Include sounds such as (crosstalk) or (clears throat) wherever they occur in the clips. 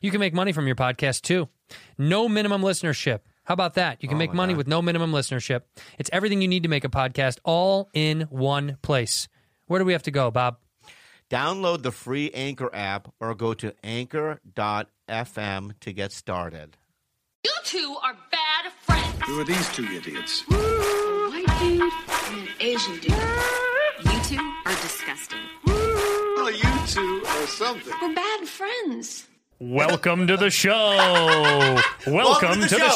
You can make money from your podcast too. No minimum listenership. How about that? Oh, You can make money with no minimum listenership. It's everything you need to make a podcast all in one place. Where do we have to go, Bob? Download the free Anchor app or go to anchor.fm to get started. You two are bad friends. Who are these two idiots? White dude and an Asian dude. You two are disgusting. Well, you two are something. We're bad friends. Welcome to the (laughs) show. Welcome, Welcome to the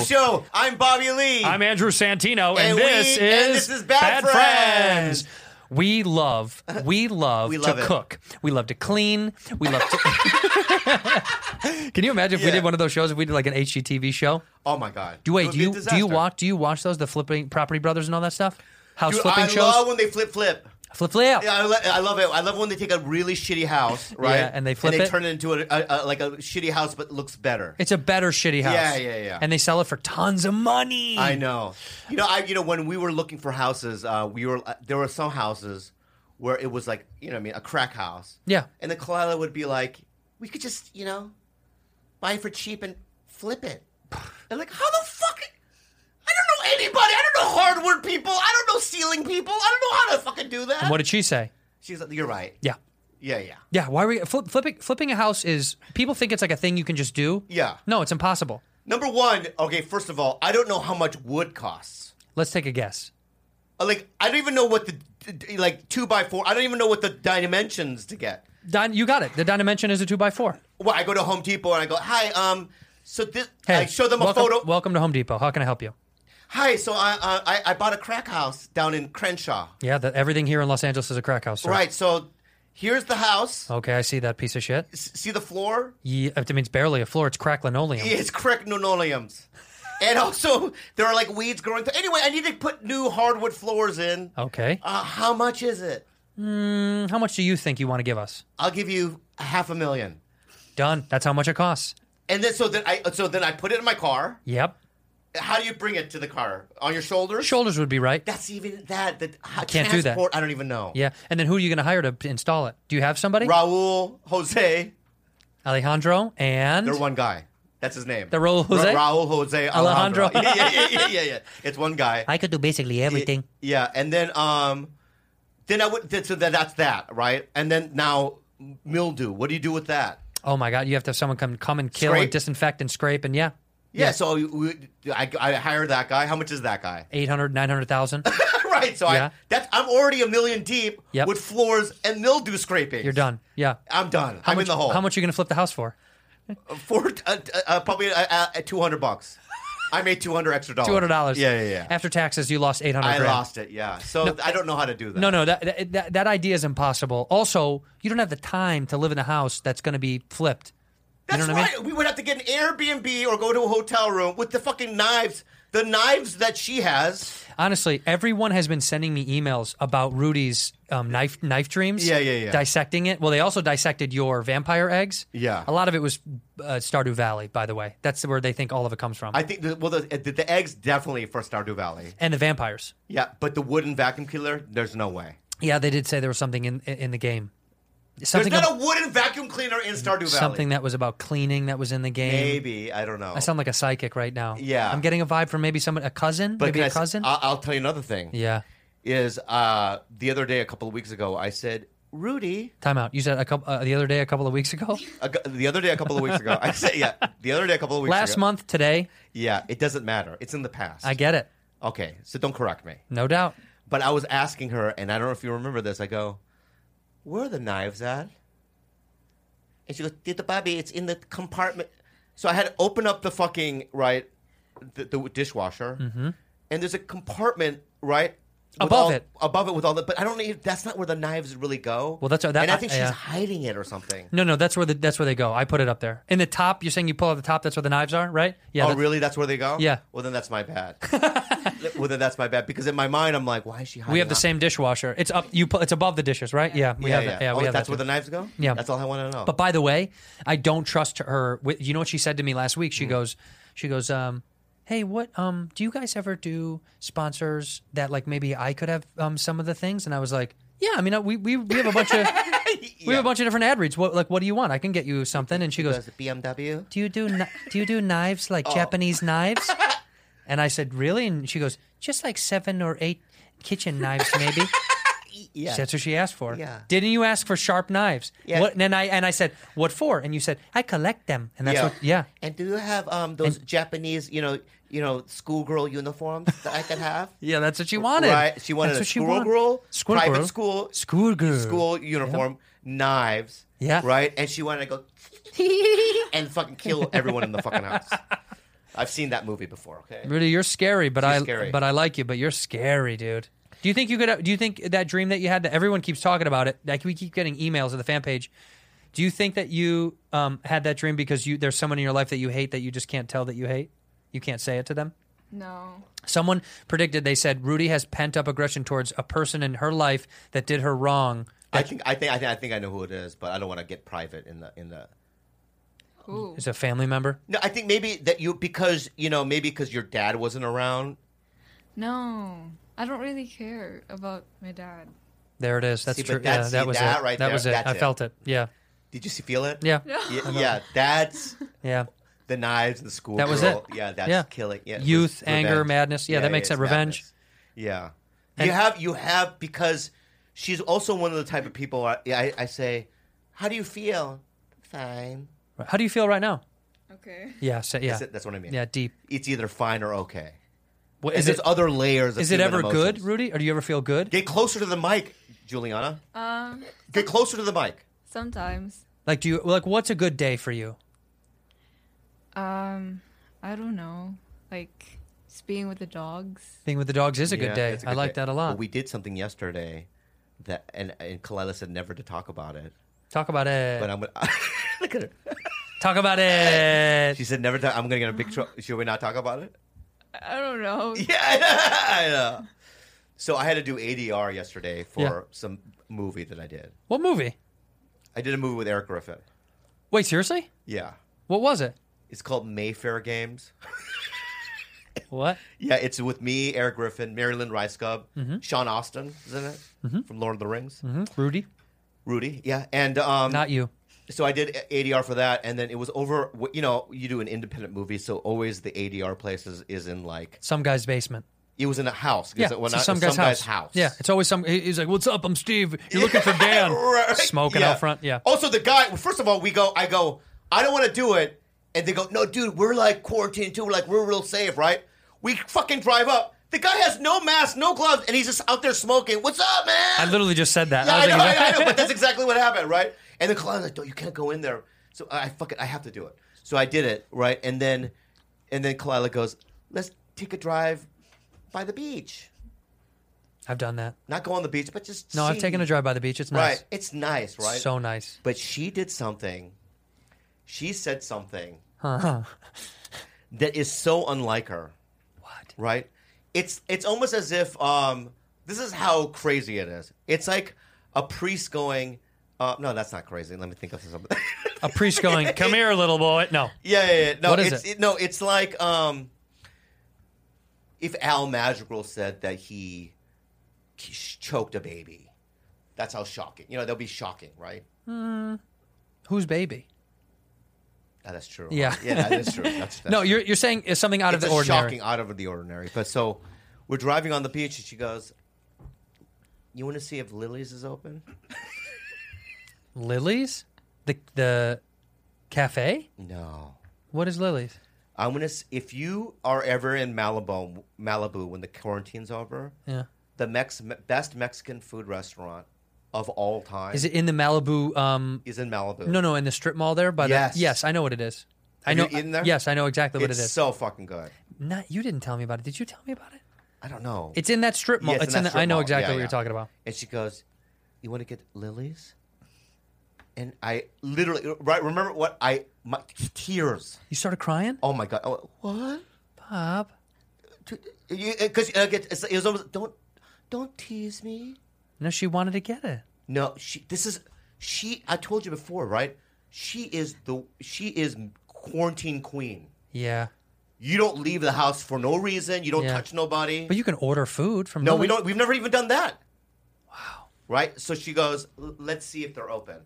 show. I'm Bobby Lee. Andrew Santino, And this we- and is this is Bad Bad Friends. Friends. We love, (laughs) we love We love to it. cook. We love to clean. We love (laughs) to. Can you imagine if we Yeah. did one of those shows? If we did like an HGTV show? oh my God. Do It wait? would Do be a you do disaster. you watch? Do you watch those the flipping Property Brothers and all that stuff? House Dude, flipping I shows. love when they flip flip. flip flip. Yeah, I, lo- I love it. I love when they take a really shitty house, right? Yeah, and they flip and they it. turn it into a, a, a like a shitty house, but looks better. It's a better shitty house. Yeah, yeah, yeah. And they sell it for tons of money. I know. You know, I you know when we were looking for houses, uh, we were uh, there were some houses where it was like you know what I mean a crack house. Yeah. And the Kalila would be like, we could just you know buy it for cheap and flip it. And like, how the fuck? I don't know anybody. I don't know hardwood people. I don't know ceiling people. I don't know how to fucking do that. And what did she say? She's like, you're right. Yeah. Yeah, yeah. Yeah, why are we flip, flipping? Flipping a house is people think it's like a thing you can just do. Yeah. no, it's impossible. Number one, okay. First of all, I don't know how much wood costs. Let's take a guess. Uh, like I don't even know what the d- d- like two by four. I don't even know what the dimensions to get. Don, you got it. The dimension is a two by four. Well, I go to Home Depot and I go, hi, um, so this. Hey, I show them a welcome, photo. Welcome to Home Depot. How can I help you? hi, so I, uh, I I bought a crack house down in Crenshaw. Yeah, that everything here in Los Angeles is a crack house. sir. Right, so here's the house. Okay, I see that piece of shit. S- See the floor? Yeah, I mean, it's barely a floor. It's crack linoleum. It's crack linoleums. And also, there are like weeds growing. Th- anyway, I need to put new hardwood floors in. Okay. Uh, how much is it? And How much do you think you want to give us? I'll give you half a million. Done. That's how much it costs. And then so then I so then I put it in my car. Yep. How do you bring it to the car? On your shoulders? Shoulders would be right. That's even that that I can't do that. I don't even know. Yeah. And then who are you going to hire to install it? Do you have somebody? Raul Jose, Alejandro and they're one guy. That's his name. The Raul Jose? Ra- Raul Jose Alejandro. Alejandro. yeah, yeah, yeah, yeah, yeah. It's one guy. I could do basically everything. Yeah, and then um, then I would. Then, so that, that's that, right? And then now mildew. What do you do with that? Oh my god, you have to have someone come come and kill Scrape. and disinfect and scrape and yeah. Yeah. So we, I, I hire that guy. How much is that guy? 800 900,000. (laughs) right. So Yeah. I that's I'm already a million deep Yep. with floors and mildew scraping. You're done. Yeah. I'm done. How I'm much, in the hole. How much are you going to flip the house for? For uh, uh, probably uh, uh, two hundred bucks. I made two hundred extra (laughs) dollars. Two hundred dollars. Yeah, yeah, yeah. After taxes, you lost eight hundred. I lost it. Yeah. So I don't know how to do that. No, no, that, that that that idea is impossible. Also, you don't have the time to live in a house that's going to be flipped. That's you know what right. I mean? We would have to get an Airbnb or go to a hotel room with the fucking knives. The knives that she has. Honestly, everyone has been sending me emails about Rudy's um, knife knife dreams. Yeah, yeah, yeah. Dissecting it. Well, they also dissected your vampire eggs. Yeah. a lot of it was uh, Stardew Valley, by the way. That's where they think all of it comes from. I think the, well, the, the, the eggs definitely for Stardew Valley. and the vampires. Yeah, but the wooden vacuum cleaner, there's no way. Yeah, they did say there was something in in the game. There's Something not ab- a wooden vacuum cleaner in Stardew Valley. something that was about cleaning that was in the game. maybe I don't know. I sound like a psychic right now. Yeah. I'm getting a vibe from maybe someone, a cousin, but maybe can I a s- cousin. I'll, I'll tell you another thing. yeah. Is uh, the other day a couple of weeks ago, I said, Rudy, Time out. You said a couple uh, the other day, a couple of weeks ago, A cou- the other day, a couple of weeks ago. I (laughs) said, yeah, the other day, a couple of weeks ago. last month, today. Yeah, it doesn't matter. It's in the past. I get it, Okay, so don't correct me. no doubt. But I was asking her, and I don't know if you remember this. I go, where are the knives at? And she goes, Tita Bobby, it's in the compartment. So I had to open up the fucking, right, the, the dishwasher, and there's a compartment, right, with Mm-hmm. Above all- it. above it with all the. But I don't need. That's not where the knives really go. Well, that's- that- and I think she's yeah. hiding it or something. No, no, that's where the that's where they go. I put it up there in the top. You're saying you pull out the top. That's where the knives are, right? Yeah. oh, that's- really? That's where they go? Yeah. Well, then that's (laughs) my bad. well, then that's my bad because in my mind I'm like, why is she hiding? We have the that? same dishwasher. It's up. You. pu- It's above the dishes, right? Yeah. we Yeah, have. yeah. That. yeah oh, we have that's that where the too. knives go. Yeah. That's all I want to know. But by the way, I don't trust her. With, you know what she said to me last week? Mm. She goes, she goes, um, hey, what? Um, do you guys ever do sponsors that like maybe I could have um some of the things? And I was like, yeah. I mean, uh, we we, we have a bunch (laughs) of we have a bunch of different ad reads. What like what do you want? I can get you something. And she goes, Does the BMW? do you do kn- do you do knives (laughs) like Oh. Japanese knives? And I said, really? And she goes, just like seven or eight kitchen knives, maybe. (laughs) Yeah. That's what she asked for. Yeah. Didn't you ask for sharp knives? Yeah. What, and I and I said, what for? And you said, I collect them. And that's Yeah. what. Yeah. And do you have um those Japanese, you know, you know, schoolgirl uniforms that I could have? (laughs) Yeah, that's what she wanted. Right? She wanted That's a what she wanted. schoolgirl, School private girl. school, School girl. school uniform, knives. Yeah. Right? And she wanted to (laughs) go and fucking kill everyone in the (laughs) fucking house. I've seen that movie before, okay? Rudy, you're scary, but I scary. but I like you, but you're scary, dude. Do you think you could? Do you think that dream that you had that everyone keeps talking about it? Like we keep getting emails of the fan page. Do you think that you um, had that dream because you there's someone in your life that you hate that you just can't tell that you hate? You can't say it to them. No. Someone predicted. They said Rudy has pent up aggression towards a person in her life that did her wrong. I think I think I think I think I know who it is, but I don't want to get private in the in the Who? Is a family member. No, I think maybe that you because you know, maybe because your dad wasn't around. No. I don't really care about my dad. There it is. That's See, but true. that's- yeah, see, that was that it. right that there, was it. that's I it. felt it. Yeah. Did you see feel it? Yeah. Uh-huh. Yeah, yeah, that's (laughs) Yeah. the knives and the school. That was girl. it. Yeah, that's Yeah. killing. Yeah, Youth, re- anger, madness. Yeah, that makes it's it revenge. madness. Yeah, you have you have because she's also one of the type of people. I, I, I say, how do you feel? Fine. How do you feel right now? Okay. Yeah. So, yeah. That's, it, that's what I mean. yeah. Deep. it's either fine or okay. What, And is there's it? other layers. Of Is it human ever good, emotions. Rudy? Or do you ever feel good? Get closer to the mic, Juliana. Um, Get closer to the mic. sometimes. Like, do you like what's a good day for you? Um, I don't know. Like, just being with the dogs. Being with the dogs is a Yeah, good day. it's a I good like day. that a lot. But we did something yesterday that, and and Kalila said never to talk about it. Talk about it. But I'm gonna (laughs) look at her. Uh, Talk about it. She said never. Talk, I'm gonna get a big trouble. Should we not talk about it? (laughs) I don't know. Yeah, I know. So I had to do ADR yesterday for Yeah. some movie that I did. what movie? I did a movie with Eric Griffin. Wait, seriously? Yeah, What was it? it's called Mayfair Games. What? Yeah, it's with me, Eric Griffin, Marilyn Rice Cub, Sean Austin is in it from Lord of the Rings, Hmm? Mm-hmm. Rudy? Mm-hmm. Rudy. Yeah, and um, Not you. so I did ADR for that, and then it was over. You know, you do an independent movie, so always the ADR places is in like Some guy's basement. it was in a house. It Yeah, was- well, it's not- some, some guy's, house. house. Yeah, it's always some. he- He's like, "What's up? I'm Steve. You're looking for Dan." (laughs) Right. Smoking Yeah. Oh, out front. Yeah. Also, the guy. well, First of all, we go. I go. I don't want to do it, and they go, "No, dude, we're like quarantined too. We're like we're real safe, right?" We fucking drive up. The guy has no mask, no gloves, and he's just out there smoking. What's up, man? I literally just said that. Yeah, I, was know, like- I, I know, but that's exactly what happened, right? And then Kalana's like, "No, you can't go in there." So I I fuck it, I have to do it. So I did it, right? And then, and then Kalila goes, "Let's take a drive by the beach. I've done that. Not go on the beach, but just No, I've see." taken a drive by the beach. It's Right, nice. it's nice, right? So Oh, nice. But she did something. She said something Huh. that is so unlike her, What? right? It's it's almost as if um this is how crazy it is. It's like a priest going, uh, no, that's not crazy. Let me think of something. (laughs) A priest going, "Come here, little boy." No. yeah, yeah, yeah. No, What is it's, it? No, it's like um if Al Madrigal said that he choked a baby. That's how shocking. You know, they'll be shocking, right? Who's baby? Ah, that's true. Yeah. yeah, that is true. That's, (laughs) that's No, true. you're you're saying it's something out it's of a the ordinary. shocking out of the ordinary. But so we're driving on the beach, and she goes, "You want to see if Lily's is open?" Lily's, the the cafe. No. What is Lily's? I'm gonna. s- If you are ever in Malibu, Malibu when the quarantine's over, Yeah. the Mex- best Mexican food restaurant of all time Is it in the Malibu? Um, is in Malibu. no, no, in the strip mall there. By Yes. the yes, I know what it is. I Have know. you eaten there? Yes, I know exactly what it's it is. so fucking good. Not you didn't tell me about it. Did you tell me about it? I don't know. It's in that strip mall. Yes, in it's that in. The, strip I know mall. exactly Yeah, what yeah. you're talking about. and she goes, "You want to get lilies?" And I literally right remember what I my tears. You started crying, Oh my god! I went, what? Bob. Because uh, it was almost don't don't tease me. No, she wanted to get it. No, she. This is she. I told you before, right? She is the she is quarantine queen. Yeah, You don't leave the house for no reason. You don't Yeah. touch nobody. but you can order food from. no, Lily. we don't. We've never even done that. Wow. Right. So she goes. "L- Let's see if they're open.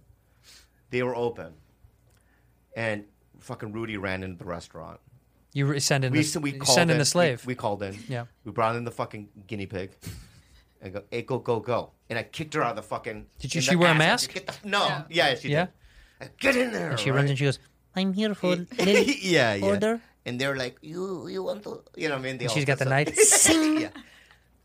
They were open, and fucking Rudy ran into the restaurant. You re- send in. We the, so we you called send in in the slave. We, we called in. Yeah. We brought in the fucking guinea (laughs) pig. And go, hey, go, go, go! And I kicked her out of the fucking. Did you- in she the wear a ass. I mask? said, Get the, no, yeah, she Yeah? did. I, Get in there! She right? runs and she goes, "I'm here for Lily." (laughs) yeah, yeah. order? And they're like, you, you want to, you know, what I mean, they all She's got the dress up. knife. (laughs) (laughs) yeah.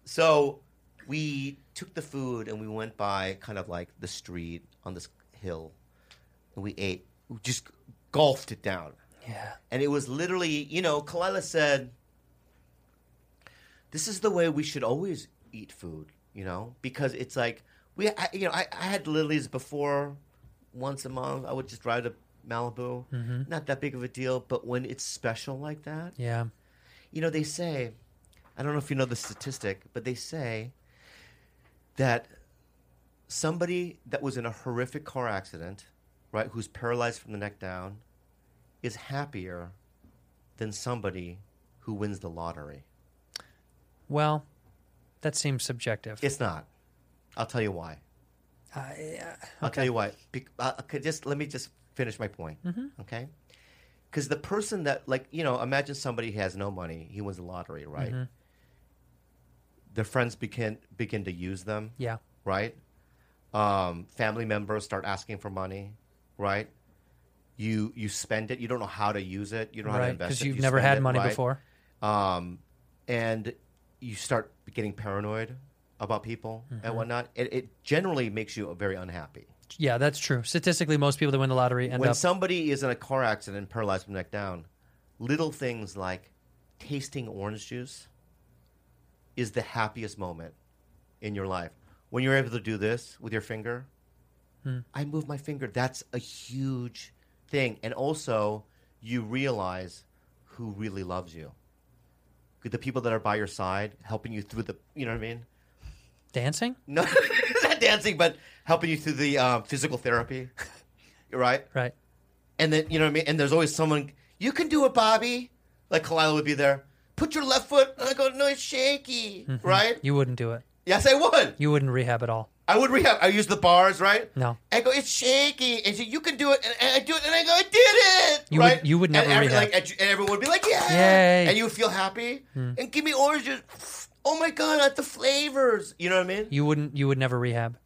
So we took the food and we went by kind of like the street on this hill, and we ate. We just golfed it down, yeah. and it was literally, you know, Kalila said, "This is the way we should always eat food," you know, because it's like we, I, you know, I, I had lilies before once a month. I would just drive to Malibu, Mm-hmm. not that big of a deal, but when it's special like that, Yeah. you know, they say, I don't know if you know the statistic, but they say that somebody that was in a horrific car accident, right, who's paralyzed from the neck down, is happier than somebody who wins the lottery. Well, that seems subjective. It's not. I'll tell you why. I'll tell you why. Bec- uh, okay, just let me just finish my point, Mm-hmm. okay? Because the person that, like, you know, imagine somebody who has no money, he wins the lottery, right? Mm-hmm. Their friends begin begin to use them, yeah. right? Um, family members start asking for money, right? You you spend it. You don't know how to use it. You don't know how to Right. invest Because it. you've you never spend had it, money right? before. um, and you start getting paranoid about people Mm-hmm. and whatnot. It, it generally makes you very unhappy. Yeah, that's true. Statistically, most people that win the lottery end when up. somebody is in a car accident, and paralyzed from the neck down, little things like tasting orange juice is the happiest moment in your life. When you're able to do this with your finger, Hmm. I move my finger. That's a huge thing. And also, you realize who really loves you. The people that are by your side, helping you through the, you know what I mean? dancing? No, (laughs) not dancing, but helping you through the uh, physical therapy, right? Right. and then you know what I mean. And there's always someone you can do it, Bobby. Like Kalila would be there. Put your left foot. And I go, no, it's shaky, right? Mm-hmm. You wouldn't do it. yes, I would. You wouldn't rehab at all. I would rehab. I use the bars, right? No. I go, it's shaky, and she, you can do it, and, and I do it, and I go, I did it. You right? would- you would never and, every- rehab. like, and you- and everyone would be like, yeah, Yay. Hmm. and you would feel happy, and give me oranges. Oh my god, I like the flavors. You know what I mean? You wouldn't. You would never rehab.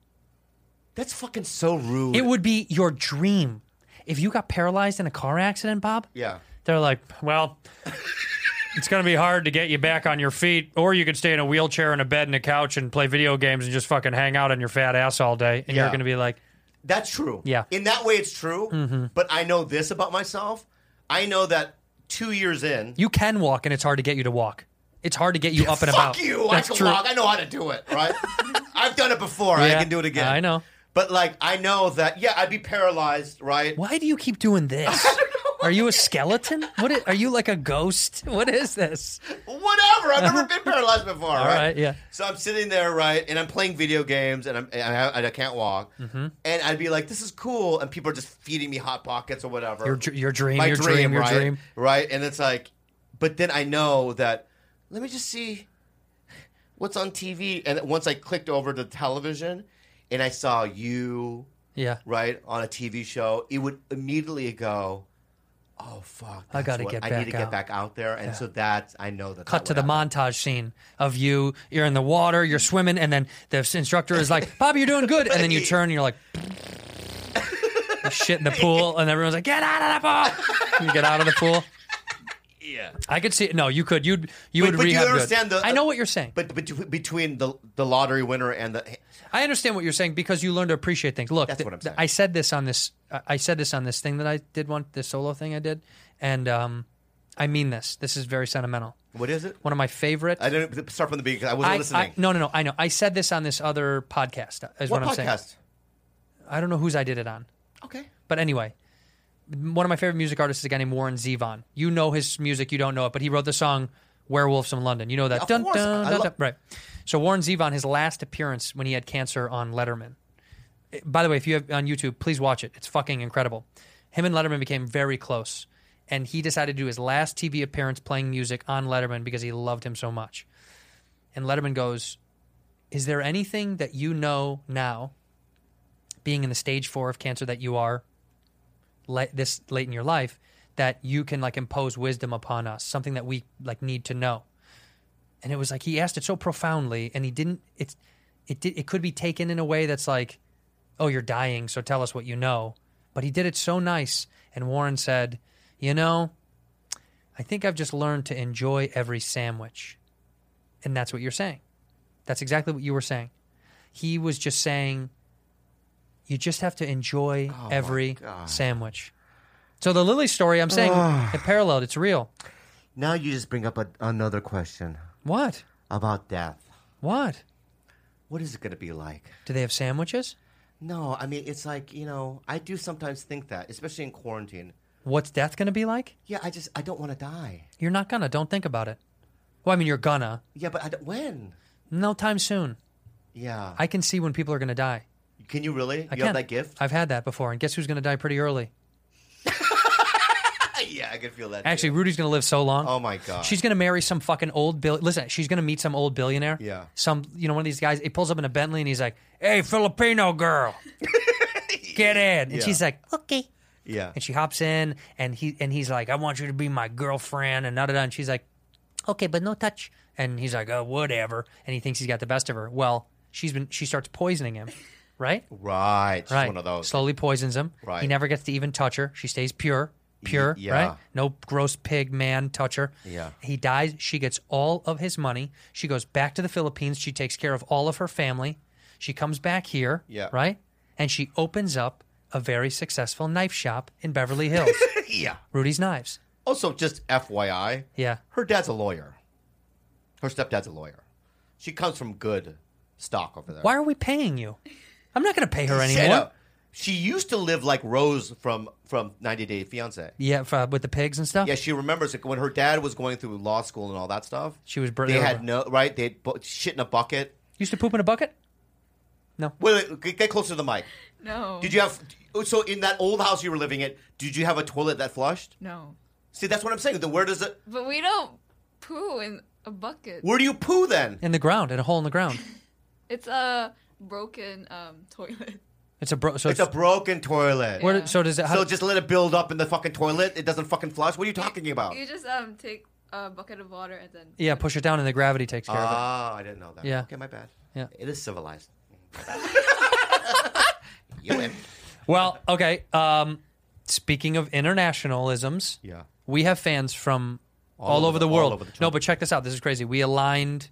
That's fucking so rude. It would be your dream if you got paralyzed in a car accident, Bob. yeah. They're like, well, it's going to be hard to get you back on your feet, or you could stay in a wheelchair and a bed and a couch and play video games and just fucking hang out on your fat ass all day. And you're Yeah. going to be like, That's true. Yeah. Mm-hmm. In that way, it's true. But I know this about myself. I know that two years in, you can walk, and it's hard to get you to walk. It's hard to get you up and (laughs) fuck about. you. That's I can true. walk. I know how to do it. (laughs) Right. I've done it before. I Yeah, can do it again. I (laughs) know. But like, I know that. Yeah, I'd be paralyzed. Right. Why do you keep doing this? Are you a skeleton? What is, are you like a ghost? (laughs) What is this? (laughs) Whatever. I've never been (laughs) paralyzed before. All right? right, yeah. So I'm sitting there, right, and I'm playing video games, and I'm and I, and I can't walk, Mm-hmm. and I'd be like, "This is cool," and people are just feeding me hot pockets or whatever. Your dr- your dream, my your dream, your right? dream. right? And it's like, but then I know that. Let me just see what's on TV, and once I clicked over to television, and I saw you Yeah. right on a TV show, it would immediately go. Oh fuck! I that's gotta what- get I back need to get out." back out there, and so that's I know that. Cut to the montage scene of you. You're in the water. You're swimming, and then the instructor is like, "Bobby, you're doing good." And then you turn, and you're like, shit in the pool, and everyone's like, "Get out of the pool!" And you get out of the pool. Yeah. I could see it. No, you could. You'd you But- would but you rehab good. understand the- I know what you're saying. But bet- between the the lottery winner and the I understand what you're saying because you learn to appreciate things. Look, That's th- what I'm th- saying. I said this on this. I I said this on this thing that I did one, this solo thing I did, and um, I mean this. This is very sentimental. What is it? One of my favorite. I didn't start from the beginning 'cause I wasn't I- listening. I- no, no, no. I know. I said this on this other podcast. uh, Is what, what I'm saying. podcast? I don't know whose I did it on, Okay. but anyway, one of my favorite music artists is a guy named Warren Zevon. You know his music. You don't know it, but he wrote the song "Werewolves from London." You know that. Of course. I love- Right. So Warren Zevon, his last appearance when he had cancer on Letterman. Eh, By the way, if you have on YouTube, please watch it. It's fucking incredible. Him and Letterman became very close, and he decided to do his last TV appearance playing music on Letterman because he loved him so much. And Letterman goes, "Is there anything that you know now, being in the stage four of cancer that you are, late, this late in your life that you can like impose wisdom upon us something that we like need to know and it was like he asked it so profoundly and he didn't it's it did it could be taken in a way that's like oh you're dying so tell us what you know but he did it so nice and warren said you know i think i've just learned to enjoy every sandwich and that's what you're saying that's exactly what you were saying he was just saying you just have to enjoy every sandwich so the lily story i'm (sighs) saying Ah. it paralleled it's real Now you just bring up a, another question what about death. what What is it going to be like? do they have sandwiches No, I mean it's like you know I do sometimes think that, especially in quarantine. What's death going to be like? Yeah, I just I don't want to die. You're not gonna. Don't think about it. Well, I mean, you're gonna. Yeah, but I don't, when? No time soon. Yeah, I can see when people are gonna die. can you really? I you can. have that gift? I've had that before, and guess who's gonna die pretty early? (laughs) yeah, I can feel that. too. Actually, Rudy's gonna live so long. Oh, my God. She's gonna marry some fucking old bill. Listen, she's gonna meet some old billionaire. Yeah. Some, you know, one of these guys. He pulls up in a Bentley, and he's like, "Hey, Filipino (laughs) girl, get in." And Yeah. she's like, "Okay." yeah, And she hops in, and he and he's like, "I want you to be my girlfriend," and da da da. And she's like, "Okay, but no touch." And he's like, "Oh, whatever." And he thinks he's got the best of her. Well, she's been she starts poisoning him, right? right. She's right. one of those. Slowly poisons him. Right. He never gets to even touch her. She stays pure, pure. yeah. Right. No gross pig man touch her. Yeah. He dies. She gets all of his money. She goes back to the Philippines. She takes care of all of her family. She comes back here. Yeah. Right. And she opens up a very successful knife shop in Beverly Hills. (laughs) yeah. Rudy's knives. Also, just FYI, Yeah. her dad's a lawyer. Her stepdad's a lawyer. She comes from good stock over there. Why are we paying you? I'm not going to pay her Shut anymore. up. She used to live like Rose from from 90 Day Fiance. Yeah, for, with the pigs and stuff. Yeah, she remembers like, when her dad was going through law school and all that stuff. She was bur- They they were- had no right. They had bu- shit in a bucket. Used to poop in a bucket. Wait, wait, g- get closer to the mic. (laughs) No. Did you have oh, so in that old house you were living in? Did you have a toilet that flushed? No. See, that's what I'm saying. Then where does it? But we don't poo in a bucket. Where do you poo then? In the ground, in a hole in the ground. It's a broken um toilet. It's a bro. So It's a broken toilet. where, so does it? How, So just let it build up in the fucking toilet. It doesn't fucking flush. What are you talking about? You just um take a bucket of water and then yeah, push it down, and the gravity takes care of Ah, I didn't know that. Yeah. Okay, my bad. Yeah. It (laughs) is civilized. you win. it. Well, okay. Um, speaking of internationalisms, Yeah. we have fans from all, over, the, world. all over the no, but check this out. This is crazy. We aligned.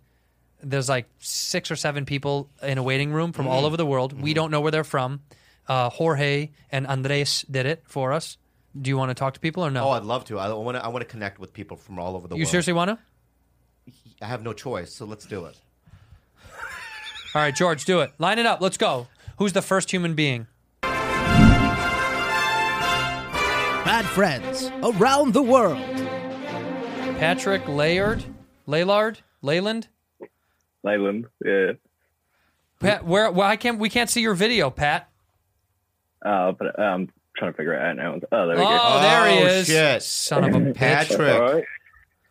There's like six or seven people in a waiting room from Mm. all over the world. We Mm-hmm. don't know where they're from. Uh, Jorge and Andres did it for us. Do you want to talk to people or no? Oh, I'd love to. I want to. I want to connect with people from all over the you world. seriously want to? I have no choice, so let's do it. All right, George, do it. Line it up. Let's go. Who's the first human being? Bad friends around the world. Patrick Layard, Laylard, Leyland. Leyland, yeah. Pat, where? Well, I can't. We can't see your video, Pat. Uh, but uh, I'm trying to figure it out now. Oh, there we go. Oh, there he Oh, is. shit. Son of (laughs) a bitch. Patrick. All right.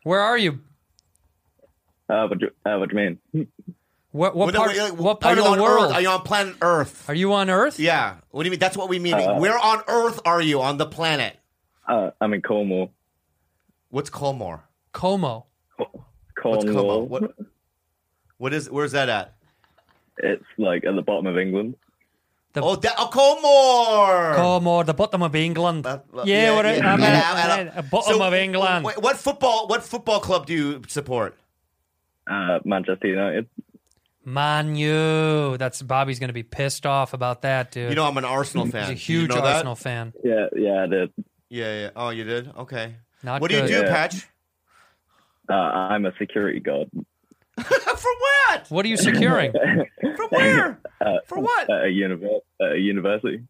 Where are you? Uh, what, do, uh, what do you mean? (laughs) What, what What- part? what- what are part of you the on world? Earth? Are you on planet Earth? Are you on Earth? yeah. What do you mean? That's what we mean. Where on Earth are you on the planet? Uh, I'm in Cornwall. What's Colmore? Como. What's Como? Cornwall. What? What is? Where's that at? It's like at the bottom of England. Oh, that, oh Colmore. Como, the bottom of England. That- yeah, what I'm yeah, at- yeah, at yeah. the bottom So, of England. wait, what football? What football club do you support? Uh, Manchester United. Man, you. That's Bobby's going to be pissed off about that, dude. You know, I'm an Arsenal fan. He's a Did you huge know that? Arsenal fan. Yeah, yeah, I did. Yeah, yeah. Oh, you did. Okay. Not what do good. you do, Yeah. Patch? (laughs) Uh, I'm a security guard. For what? What are you (laughs) securing? From where? Uh, For what? At a, univer- at a university.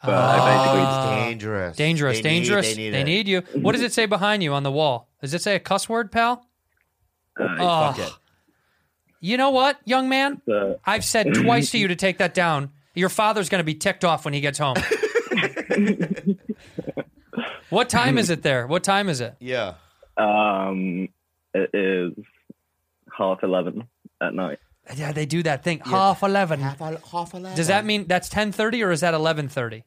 But Oh, Ah. it's dangerous. dangerous, They need- dangerous. they need it. you. What does it say behind you on the wall? Does it say a cuss word, pal? I basically. Oh, Uh, Fuck it. uh, you know what, young man? so, I've said twice to you to take that down. Your father's going to be ticked off when he gets (laughs) home. what time is it there? What time is it? Yeah. um, it is half 11 at night. Yeah, they do that thing. Half eleven. Half, al- half eleven. Does that mean that's ten thirty or is that eleven thirty?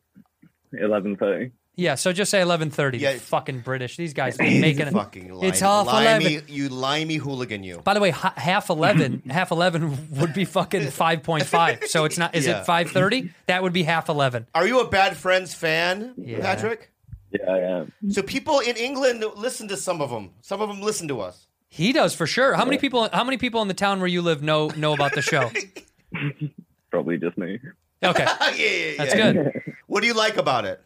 11.30. Yeah, so just say eleven thirty. Yeah. Fucking British. These (laughs) guys are making it. fucking limey. It's half limey, eleven. You limey hooligan, you. By the way, ha- half (laughs) eleven, half eleven would be fucking five point five. So it's not. Is Yeah. it five thirty? That would be half eleven. Are you a Bad Friends fan, Yeah. Patrick? Yeah, I am. So people in England listen to some of them. Some of them listen to us. He does for sure. How many people? How many people in the town where you live know know about the (laughs) show? Probably just me. Okay, yeah, yeah, yeah. that's good. (laughs) What do you like about it?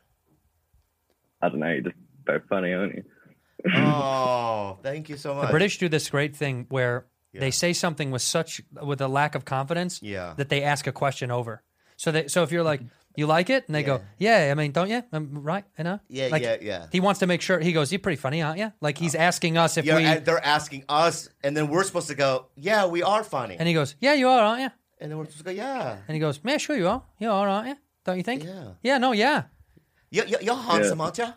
I don't know. You're just very funny, aren't you? Oh, thank you so much. The British do this great thing where Yeah. they say something with such with a lack of confidence Yeah. that they ask a question over. So they so if you're like you like it and they go yeah I mean don't you I'm right you know Yeah, Like, yeah, yeah. Uh, he wants to make sure he goes you're pretty funny aren't you like he's asking us if You're- we and they're asking us, and then we're supposed to go, yeah, we are funny. and he goes yeah you are aren't you And then we're supposed to go, yeah. and he goes yeah sure you are you are aren't you don't you think Yeah. yeah no yeah You, you, you're handsome, aren't you?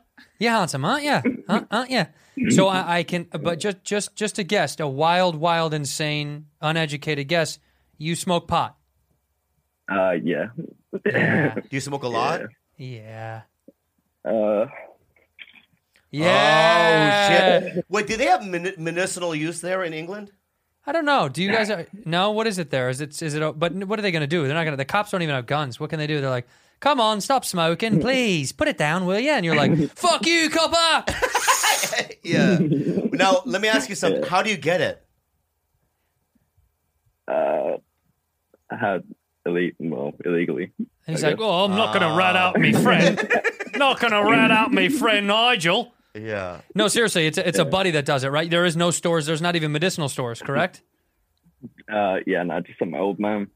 Yeah, handsome, aren't ya? Huh? aren't ya? So I, I can, but just just just a guess, a wild, wild, insane, uneducated guess. You smoke pot. (laughs) Uh, yeah. Yeah. Do you smoke (laughs) a lot? Yeah. Uh, Yeah. Oh, shit. Wait, do they have mini- medicinal use there in England? I don't know. Do you guys uh, no? What is it there? Is it is it? a- But what are they going to do? They're not going to. The cops don't even have guns. What can they do? They're like, come on, stop smoking, please, put it down, will you? And you're like, fuck you, copper. Yeah. now, let me ask you something. How do you get it? uh, I had elite, well, illegally. And he's Okay. like, oh, I'm not going Ah. to rat out me Ah. friend. not going to rat out me friend Nigel. (laughs) Yeah. No, seriously, it's a, it's a buddy that does it, right? There is no stores. There's not even medicinal stores, correct? Uh, yeah, no, just some old man.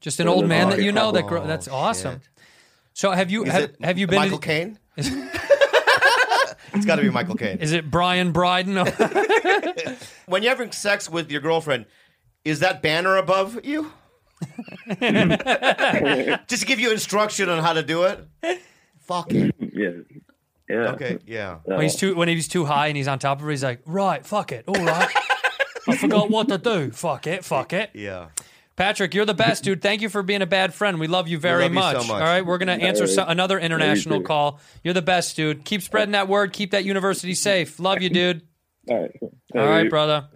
Just an old there's man not. that you know that grow, Oh, that's awesome. shit. So have you Is have, it have you been? Michael to, (laughs) Caine? it's got to be Michael Caine. is it Brian Bryden? (laughs) when you're having sex with your girlfriend, is that banner above (laughs) you? Just to give you instruction on how to do it. Fuck it. Yeah. Yeah. Uh, Okay, yeah. when he's too when he's too high and he's on top of her, he's like, right, fuck it, all right. I forgot what to do. Fuck it, fuck it. Yeah. Patrick, you're the best, dude. Thank you for being a bad friend. We love you very love you so much. much. All right, we're gonna answer so- another international too. call. You're the best, dude. Keep spreading that word. Keep that university safe. Love you, dude. All right. All right, brother.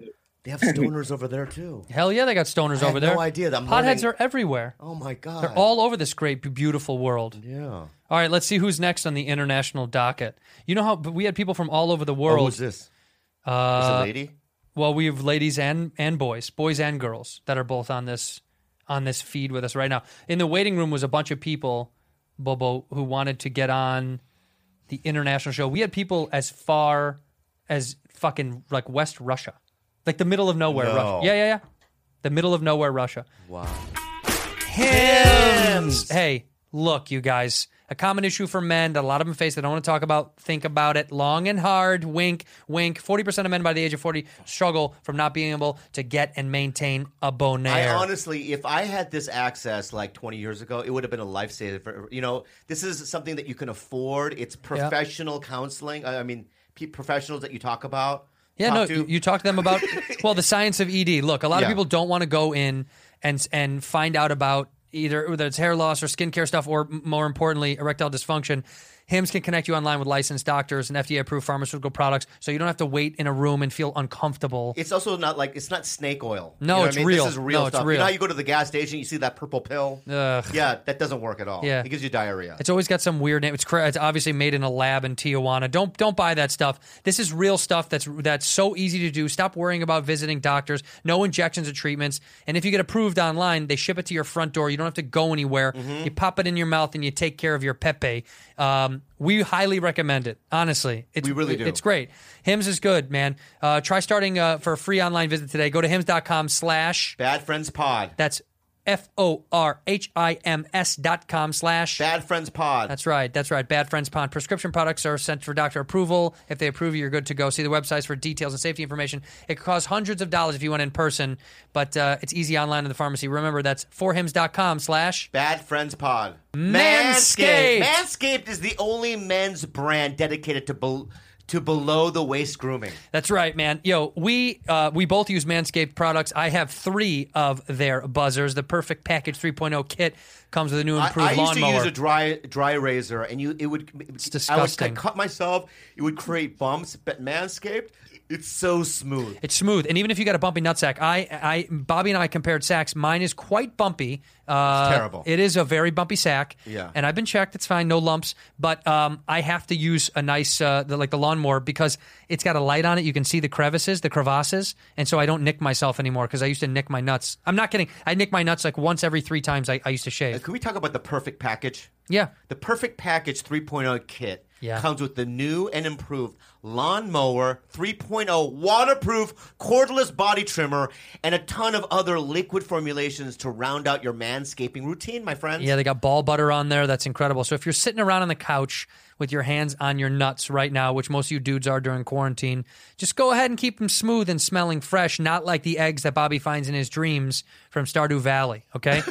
They have stoners over there too. Hell yeah, they got stoners I over had there. no idea that I'm Potheads learning- are everywhere. Oh my god. They're all over this great, beautiful world. Yeah. All right, let's see who's next on the international docket. You know how but we had people from all over the Oh, world. who's this? Uh, is it a lady? well, we have ladies and and boys, boys and girls that are both on this on this feed with us right now. In the waiting room was a bunch of people, Bobo, who wanted to get on the international show. We had people as far as fucking like West Russia, like the middle of nowhere. No. Russia. Yeah, yeah, yeah. The middle of nowhere, Russia. Wow. Hims. Hey, look, you guys. A common issue for men that a lot of them face. They don't want to talk about, think about it long and hard. Wink, wink. Forty percent of men by the age of forty struggle from not being able to get and maintain a I bonaire. honestly, if I had this access like 20 years ago, it would have been a lifesaver. for- You know, this is something that you can afford. It's professional counseling. I I mean, pe- professionals that you talk about. yeah, talk no, to. you, you talk to them (laughs) about well the science of ED. Look, a lot of Yeah. people don't want to go in and and find out about either whether it's hair loss or skincare stuff, or m- more importantly, erectile dysfunction. Hims can connect you online with licensed doctors and FDA approved pharmaceutical products, so you don't have to wait in a room and feel uncomfortable. It's also not like it's not snake oil. No, You know what it's I mean? real. This is real No, it's stuff. You real. know, how you go to the gas station, you see that purple pill. Ugh. Yeah, that doesn't work at all. Yeah. it gives you diarrhea. It's always got some weird name. It's cra- it's obviously made in a lab in Tijuana. Don't don't buy that stuff. This is real stuff that's that's so easy to do. Stop worrying about visiting doctors. No injections or treatments. And if you get approved online, they ship it to your front door. You don't have to go anywhere. You pop it in your mouth and you take care of your Pepe. Um, Um, we highly recommend it. Honestly, it's, We really do. It's great. Hims is good, man. Uh, try starting uh, for a free online visit today. Go to hims.com slash. Bad Friends Pod. That's F O R H I M S dot com slash. Bad Friends Pod. That's right. That's right. Bad Friends Pond prescription products are sent for doctor approval. If they approve, you, you're good to go. See the websites for details and safety information. It could cost hundreds of dollars if you went in person, but uh, it's easy online in the pharmacy. Remember, that's forhims.com slash. Bad Friends Pod. Manscaped. Manscaped is the only men's brand dedicated to bel- to below the waist grooming. That's right, man. Yo, we uh, we both use Manscaped products. I have three of their buzzers. The Perfect Package 3.0 kit comes with a new I, improved I used to lawnmower. use a dry dry razor, and you it would it's I disgusting. would cut myself. It would create bumps, but Manscaped, it's so smooth. It's smooth, and even if you got a bumpy nutsack, I, I, Bobby and I compared sacks. Mine is quite bumpy. Uh, It's terrible. It is a very bumpy sack. Yeah. and I've been checked. It's fine, no lumps. But um, I have to use a nice, uh, the, like the lawnmower, because it's got a light on it. You can see the crevices, the crevasses, and so I don't nick myself anymore. Because I used to nick my nuts. I'm not kidding. I nick my nuts like once every three times I, I used to Uh, shave. Can we talk about the perfect package? Yeah, The Perfect Package 3.0 kit Yeah. comes with the new and improved lawnmower 3.0 waterproof cordless body trimmer and a ton of other liquid formulations to round out your manscaping routine, my friends. yeah. They got ball butter on there. That's incredible. So if you're sitting around on the couch. With your hands on your nuts right now, which most of you dudes are during quarantine, just go ahead and keep them smooth and smelling fresh, not like the eggs that Bobby finds in his dreams from Stardew Valley, (laughs) okay?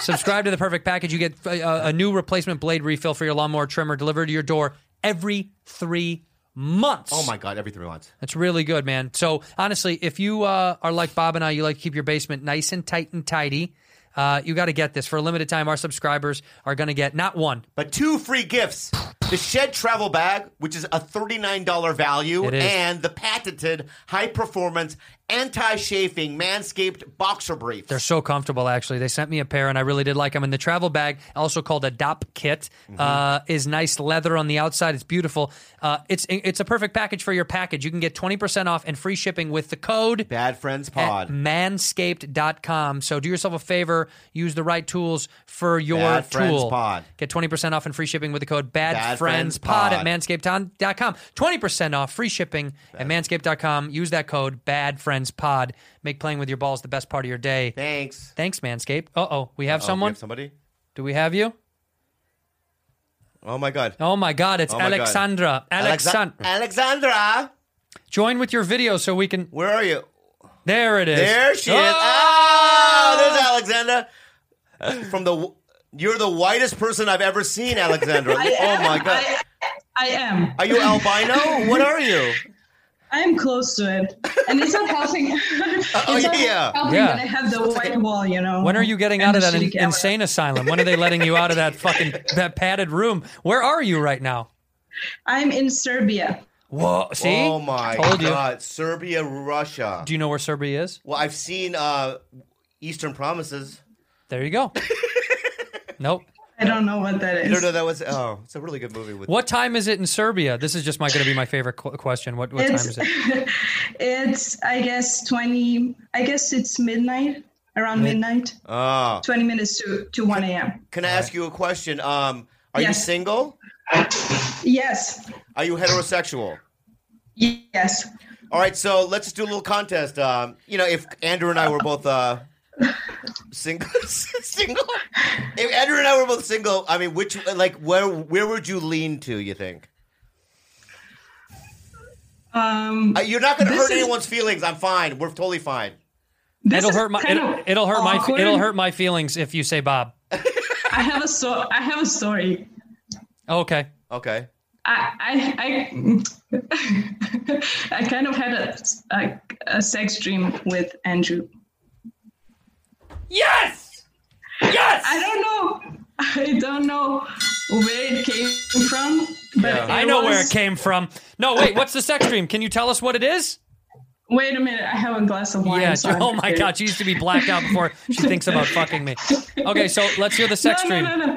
Subscribe to the perfect package. You get a, a new replacement blade refill for your lawnmower trimmer delivered to your door every three months. Oh my god, every three months. That's really good, man. So honestly, if you uh, are like Bob and I, you like to keep your basement nice and tight and tidy. Uh, you got to get this for a limited time. Our subscribers are going to get not one. But two free gifts. The Shed Travel Bag, which is a $39 value, It is. and the patented high performance anti chafing Manscaped boxer briefs. They're so comfortable, actually. They sent me a pair, and I really did like them. And the travel bag, also called a DOP kit, Mm-hmm. uh, is nice leather on the outside. It's beautiful. Uh, it's it's a perfect package for your package. You can get twenty percent off and free shipping with the code Bad Friends at Pod. manscaped.com. So do yourself a favor, use the right tools for your Bad Friends tool. Pod. Get 20% off and free shipping with the code bad, Bad friends Friends pod at Pod. manscaped.com. 20% off free shipping at manscaped.com. Use that code bad friends pod. Make playing with your balls the best part of your day. Thanks. Thanks, Manscaped. Uh oh, we have Oh, we someone. have somebody? Do we have you? Oh my god. Oh my God, it's Oh my God. Alexandra. Alexa- Alexandra. Alexandra, Join with your video so we can. where are you? There it is. Ah! There she is. Oh, there's Alexandra. From the, w- you're the whitest person I've ever seen, Alexandra. (laughs) oh my god. I am. Are you albino? What are you? I am close to it, and it's not helping. (laughs) it's Oh not yeah. helping Yeah. that I have the white wall. You know. When are you getting And out of the that in- shitty camera. insane asylum? When are they letting you out of that fucking that padded room? Where are you right now? I'm in Serbia. Whoa! See, Oh my Told you. god. Serbia, Russia. Do you know where Serbia is? well, I've seen uh, Eastern Promises. There you go. nope. I don't know what that is. I don't know that was. Oh, it's a really good movie with. What time is it in Serbia? This is just my going to be my favorite qu- question. What what time It's- is it? (laughs) It's I guess twenty. I guess it's midnight, around midnight. Oh. Twenty minutes to to one a.m. Can I ask you a question? Um, are you Yes. single? Yes. Are you heterosexual? Yes. All right, so let's just do a little contest. Um, you know, if Andrew and I were both uh, (laughs) single, (laughs) single, if Andrew and I were both single, I mean, which like where where would you lean to? You think Um, uh, you're not going to This hurt is- anyone's feelings? I'm fine. We're totally fine. this It'll is hurt my kind it'll, of it'll hurt awkward. my it'll hurt my feelings if you say Bob. I have a so I have a story. Okay. Okay. I I I, (laughs) I kind of had a, a a sex dream with Andrew. (laughs) Yes. Yes. I don't (laughs) know. I don't know where it came from, but it I know where was- it came from. No, wait. What's the sex dream? Can you tell us what it is? Wait a minute. I have a glass of wine. Yeah. so (laughs) I'm Oh my prepared. God. She used to be blacked out before she thinks (laughs) about fucking me. Okay, so let's hear the sex no, dream. No, no, no.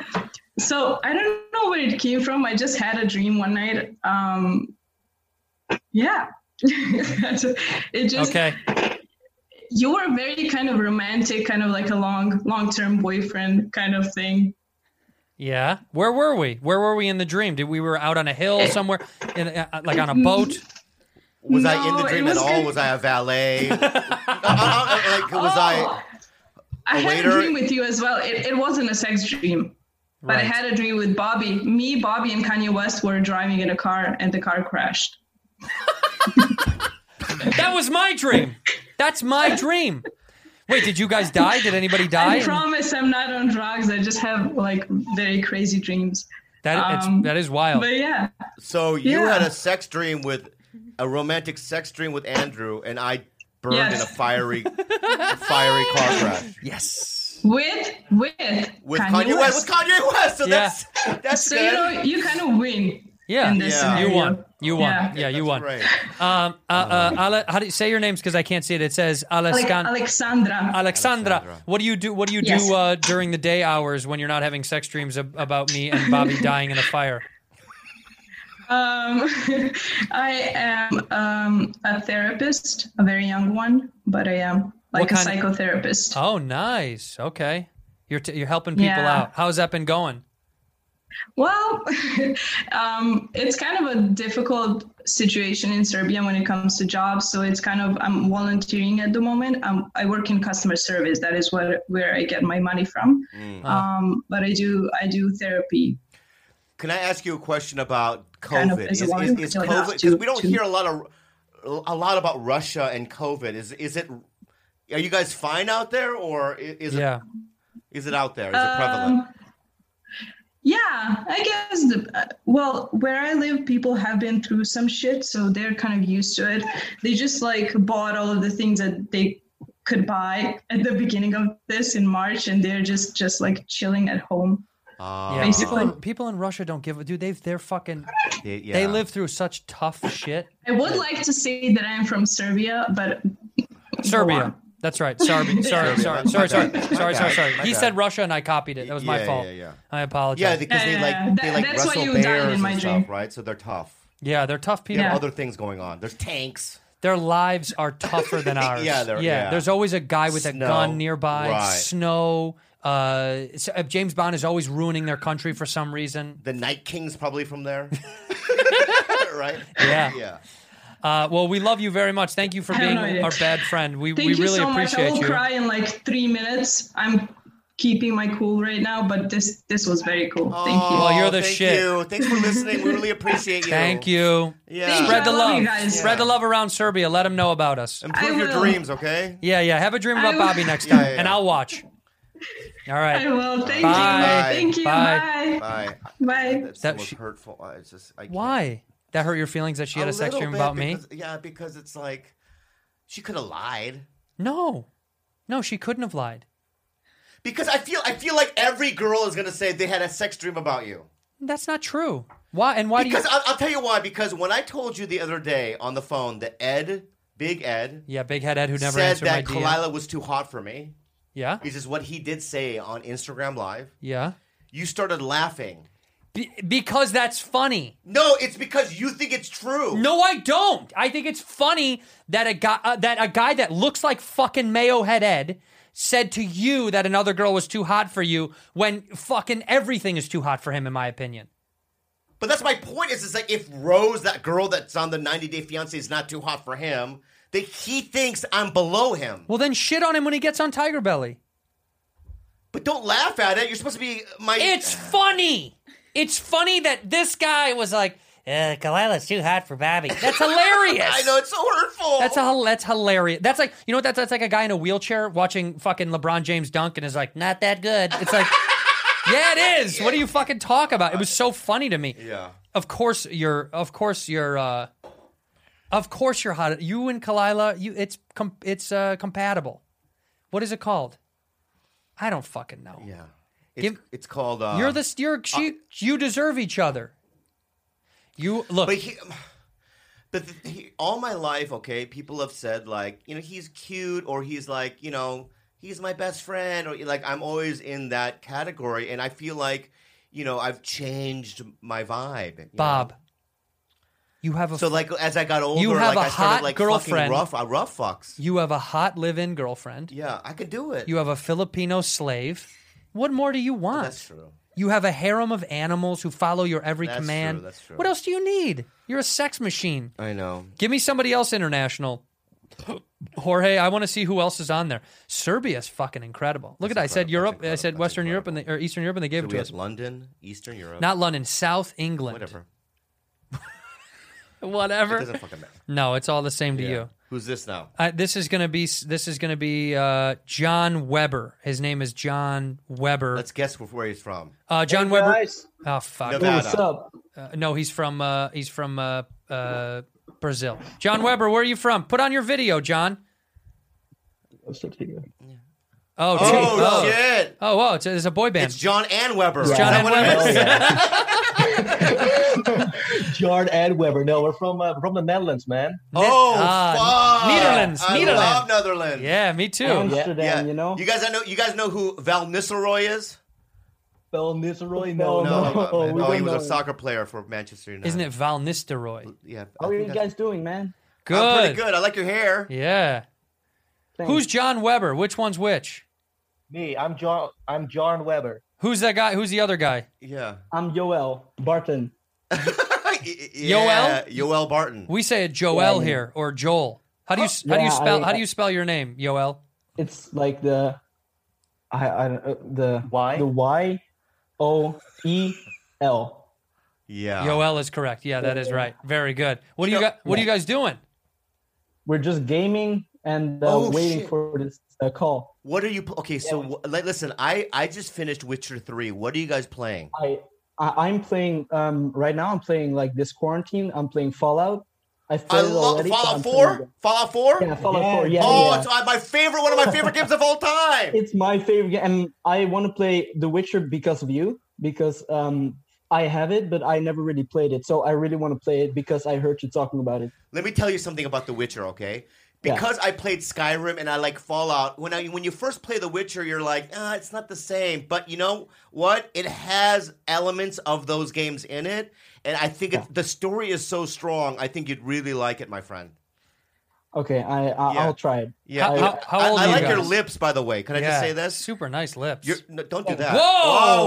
So I don't know where it came from. I just had a dream one night. Um, yeah. (laughs) it just Okay. you were very kind of romantic, kind of like a long long term boyfriend kind of thing. Yeah. Where were we? Where were we in the dream? Did we were out on a hill (laughs) somewhere, in, uh, like on a boat? Was I in No, the it dream at was all? good. Was I a valet? Uh, uh, uh, like, was I? I had waiter- a dream with you as well. It, it wasn't a sex dream, but I Right. had a dream with Bobby. Me, Bobby, and Kanye West were driving in a car, and the car crashed. That was my dream. That's my dream. Wait, did you guys die? Did anybody die? I promise I'm not on drugs. I just have like very crazy dreams. that it's- um, that is wild. But yeah, So you Yeah. had a sex dream with a romantic sex dream with Andrew, and I burned in Yes. a (laughs) fiery, a fiery car crash Yes. with with, with Kanye, West. With Kanye West. So Yeah. that's that's So good. you know, you kind of win. Yeah. In this Yeah. You scenario. won. You won. Yeah, Yeah. you won. That's Right. Um, uh, uh, Ale, how do you say your names? Because I can't see it. It says Like Alescan- Alexandra. Alexandra. What do you do? What do you Yes. do uh, during the day hours when you're not having sex dreams ab- about me and (laughs) Bobby dying in a fire? Um, (laughs) I am um, a therapist, a very young one, but I am like a kind of- psychotherapist. Oh, nice. Okay, you're t- you're helping people Yeah. out. How's that been going? Well, (laughs) um, it's kind of a difficult situation in Serbia when it comes to jobs. So it's kind of I'm volunteering at the moment. Um, I work in customer service. That is where where I get my money from. Uh, Um, but I do I do therapy. Can I ask you a question about COVID? Kind of is, as a is, woman, is I feel like I COVID have because to- we don't to- hear a lot of a lot about Russia and COVID. Is is it? Are you guys fine out there, or i- is it Yeah. is it out there? Is Um, it prevalent? Yeah, I guess. The, uh, well, where I live, people have been through some shit, so they're kind of used to it. They just like bought all of the things that they could buy at the beginning of this in March, and they're just just like chilling at home. Ah, Yeah, people Basically. in, people in Russia don't give a dude. They've they're fucking. they- yeah. They live through such tough shit. I would like to say that I'm from Serbia, but Serbia. That's right. (laughs) Sorry, sorry, sorry, My sorry, sorry, bad. sorry, My sorry, sorry, bad. sorry. My He bad. said Russia, and I copied it. That was my Yeah, fault. yeah, yeah. I apologize. Yeah, because they Yeah, like yeah, they yeah. like Uh, That's why wrestle you died bears in my and dream. stuff, right? So they're (laughs) tough. Yeah, they're tough people. They have Yeah. other things going on. There's tanks. Their lives are tougher (laughs) than ours. Yeah, they're- yeah. There's always a guy with a Snow. gun nearby. Right. Snow. Uh, s- uh, James Bond is always ruining their country for some reason. The Night King's probably from there, right? Yeah. yeah. (laughs) Uh, well, we love you very much. Thank you for I have being no idea. our bad friend. We thank we you really so much. I appreciate will you. cry in like three minutes. I'm keeping my cool right now, but this this was very cool. Thank you. Well, you're Oh, the thank shit. You. Thanks for listening. We (laughs) really appreciate you. Thank you. Yeah. Spread the I love love. you guys. Spread the love around Serbia. Let them know about us. Improve I your will. dreams, okay? Yeah, yeah. Have a dream about will- Bobby next Yeah, time, yeah, and yeah. I'll watch. All right. I will. Thank Bye. you. Thank you. Bye. Bye. Bye. Bye. That's That the most she- hurtful. I- It's just I can't. Why? That hurt your feelings that she had a, sex little dream bit about me? because- Yeah, because it's like she could have lied. No. No, she couldn't have lied. Because I feel I feel like every girl is gonna say they had a sex dream about you. That's not true. Why? And why Because do you. I'll, I'll tell you why. Because when I told you the other day on the phone that Ed, Big Ed, yeah, Big Head Ed, who never said answered my that DM. Kalila was too hot for me, yeah, which is what he did say on Instagram Live. yeah. You started laughing. Be- because that's funny. No, it's because you think it's true. No, I don't. I think it's funny that a guy uh, that a guy that looks like fucking Mayo Head Ed said to you that another girl was too hot for you when fucking everything is too hot for him, in my opinion. But that's my point. Is it's like if Rose, that girl that's on the 90 Day Fiance, is not too hot for him, that he thinks I'm below him. Well, then shit on him when he gets on Tiger Belly. But don't laugh at it. You're supposed to be my. It's funny. It's funny that this guy was like, uh, Kalila's too hot for Bobby. That's hilarious. (laughs) I know it's so hurtful. That's a hil- that's hilarious. That's like you know what that's that's like a guy in a wheelchair watching fucking LeBron James dunk and is like not that good. It's (laughs) like yeah, it is. What do you fucking talk about? It was so funny to me. Yeah. Of course you're. Of course you're. Uh, of course you're hot. You and Kalila. You it's com- it's uh, compatible. What is it called? I don't fucking know. Yeah. It's, Give- it's called. Uh, You're the you're she, you deserve each other. You look. But he. But the, he, all my life, okay, people have said like, you know, he's cute, or he's like, you know, he's my best friend, or like I'm always in that category, and I feel like, you know, I've changed my vibe. you know? Bob. You have a So like as I got older, You have like a I started hot like girlfriend. fucking rough, I rough fucks. you have a hot live-in girlfriend. Yeah, I could do it. You have a Filipino slave. What more do you want? That's true. You have a harem of animals who follow your every That's command. true, that's true. What else do you need? You're a sex machine. I know. Give me somebody else international. (coughs) Jorge, I want to see who else is on there. Serbia's fucking incredible. Look at that. I said Europe. incredible. I That's said incredible. That's Western Europe and they, or Eastern Europe, and they gave So it we to had us. London, Eastern Europe, Not London, South England. whatever. It Whatever. doesn't fucking matter. No, it's all the same to Yeah. you. Who's this now? I, this is gonna be this is gonna be uh, John Weber. His name is John Weber. Let's guess wh- where he's from. uh, John Weber. Guys, Oh fuck. Nevada. what's up? Uh, no, he's from uh, he's from uh, uh, Brazil. John Weber, where are you from? Put on your video, John. (laughs) Oh, two- Oh, oh. shit! Oh, whoa, it's a, it's a boy band. It's John and Weber. Is John that and what it Weber. (laughs) is? Jard and Weber. No, we're from uh, from the Netherlands, man. Oh, Ah, fuck! Netherlands, I Netherlands. love Netherlands. yeah, me too. Amsterdam, Yeah. you know. You guys, I know. You guys know who Val Nistelrooy is? Bel Nisroy, no, No, no. uh, (laughs) we oh, he don't was a know. soccer player for Manchester United. Isn't it Val Nistelrooy? Yeah. I How are think you that's- guys doing, man? Good. I'm pretty good. I like your hair. Yeah. Thanks. Who's John Weber? Which one's which? me? I'm John. I'm John Weber. Who's that guy? Who's the other guy? Yeah. I'm Yoel Barton. (laughs) yeah. Yoel Barton. We say it Joel Yeah. here or Joel. How do you how do Yeah, you spell I- how do you spell your name, Joel? It's like the, I, I don't- uh, the Y? the Y, O E L. yeah. Joel is correct. Yeah, that is right. Very good. What do you got? What are you guys doing? We're just gaming and uh, Oh, waiting shit. for this uh, call. What are you? Pl- okay, so w- li- listen. I I just finished Witcher three. What are you guys playing? I, I I'm playing um right now. I'm playing like this quarantine. I'm playing Fallout. I've I played it love already, so I'm Fallout playing four. again. Fallout four. Yeah, Fallout Four. Yeah, oh, yeah. it's uh, my favorite. One of my favorite games of all time. it's my favorite game and i want to play the witcher because of you because um i have it but i never really played it so i really want to play it because i heard you talking about it Let me tell you something about The Witcher, okay? Yeah. Because I played Skyrim and I like Fallout. When I when you first play The Witcher, you're like, ah, it's not the same. But you know what? It has elements of those games in it, and I think it, the story is so strong. I think you'd really like it, my friend. okay i, I Yeah. i'll try it Yeah. How- I- how- how old I, are you I like your guys? lips, by the way. Can I just Yeah, say this? Super nice lips. You're, no, don't do that. Whoa!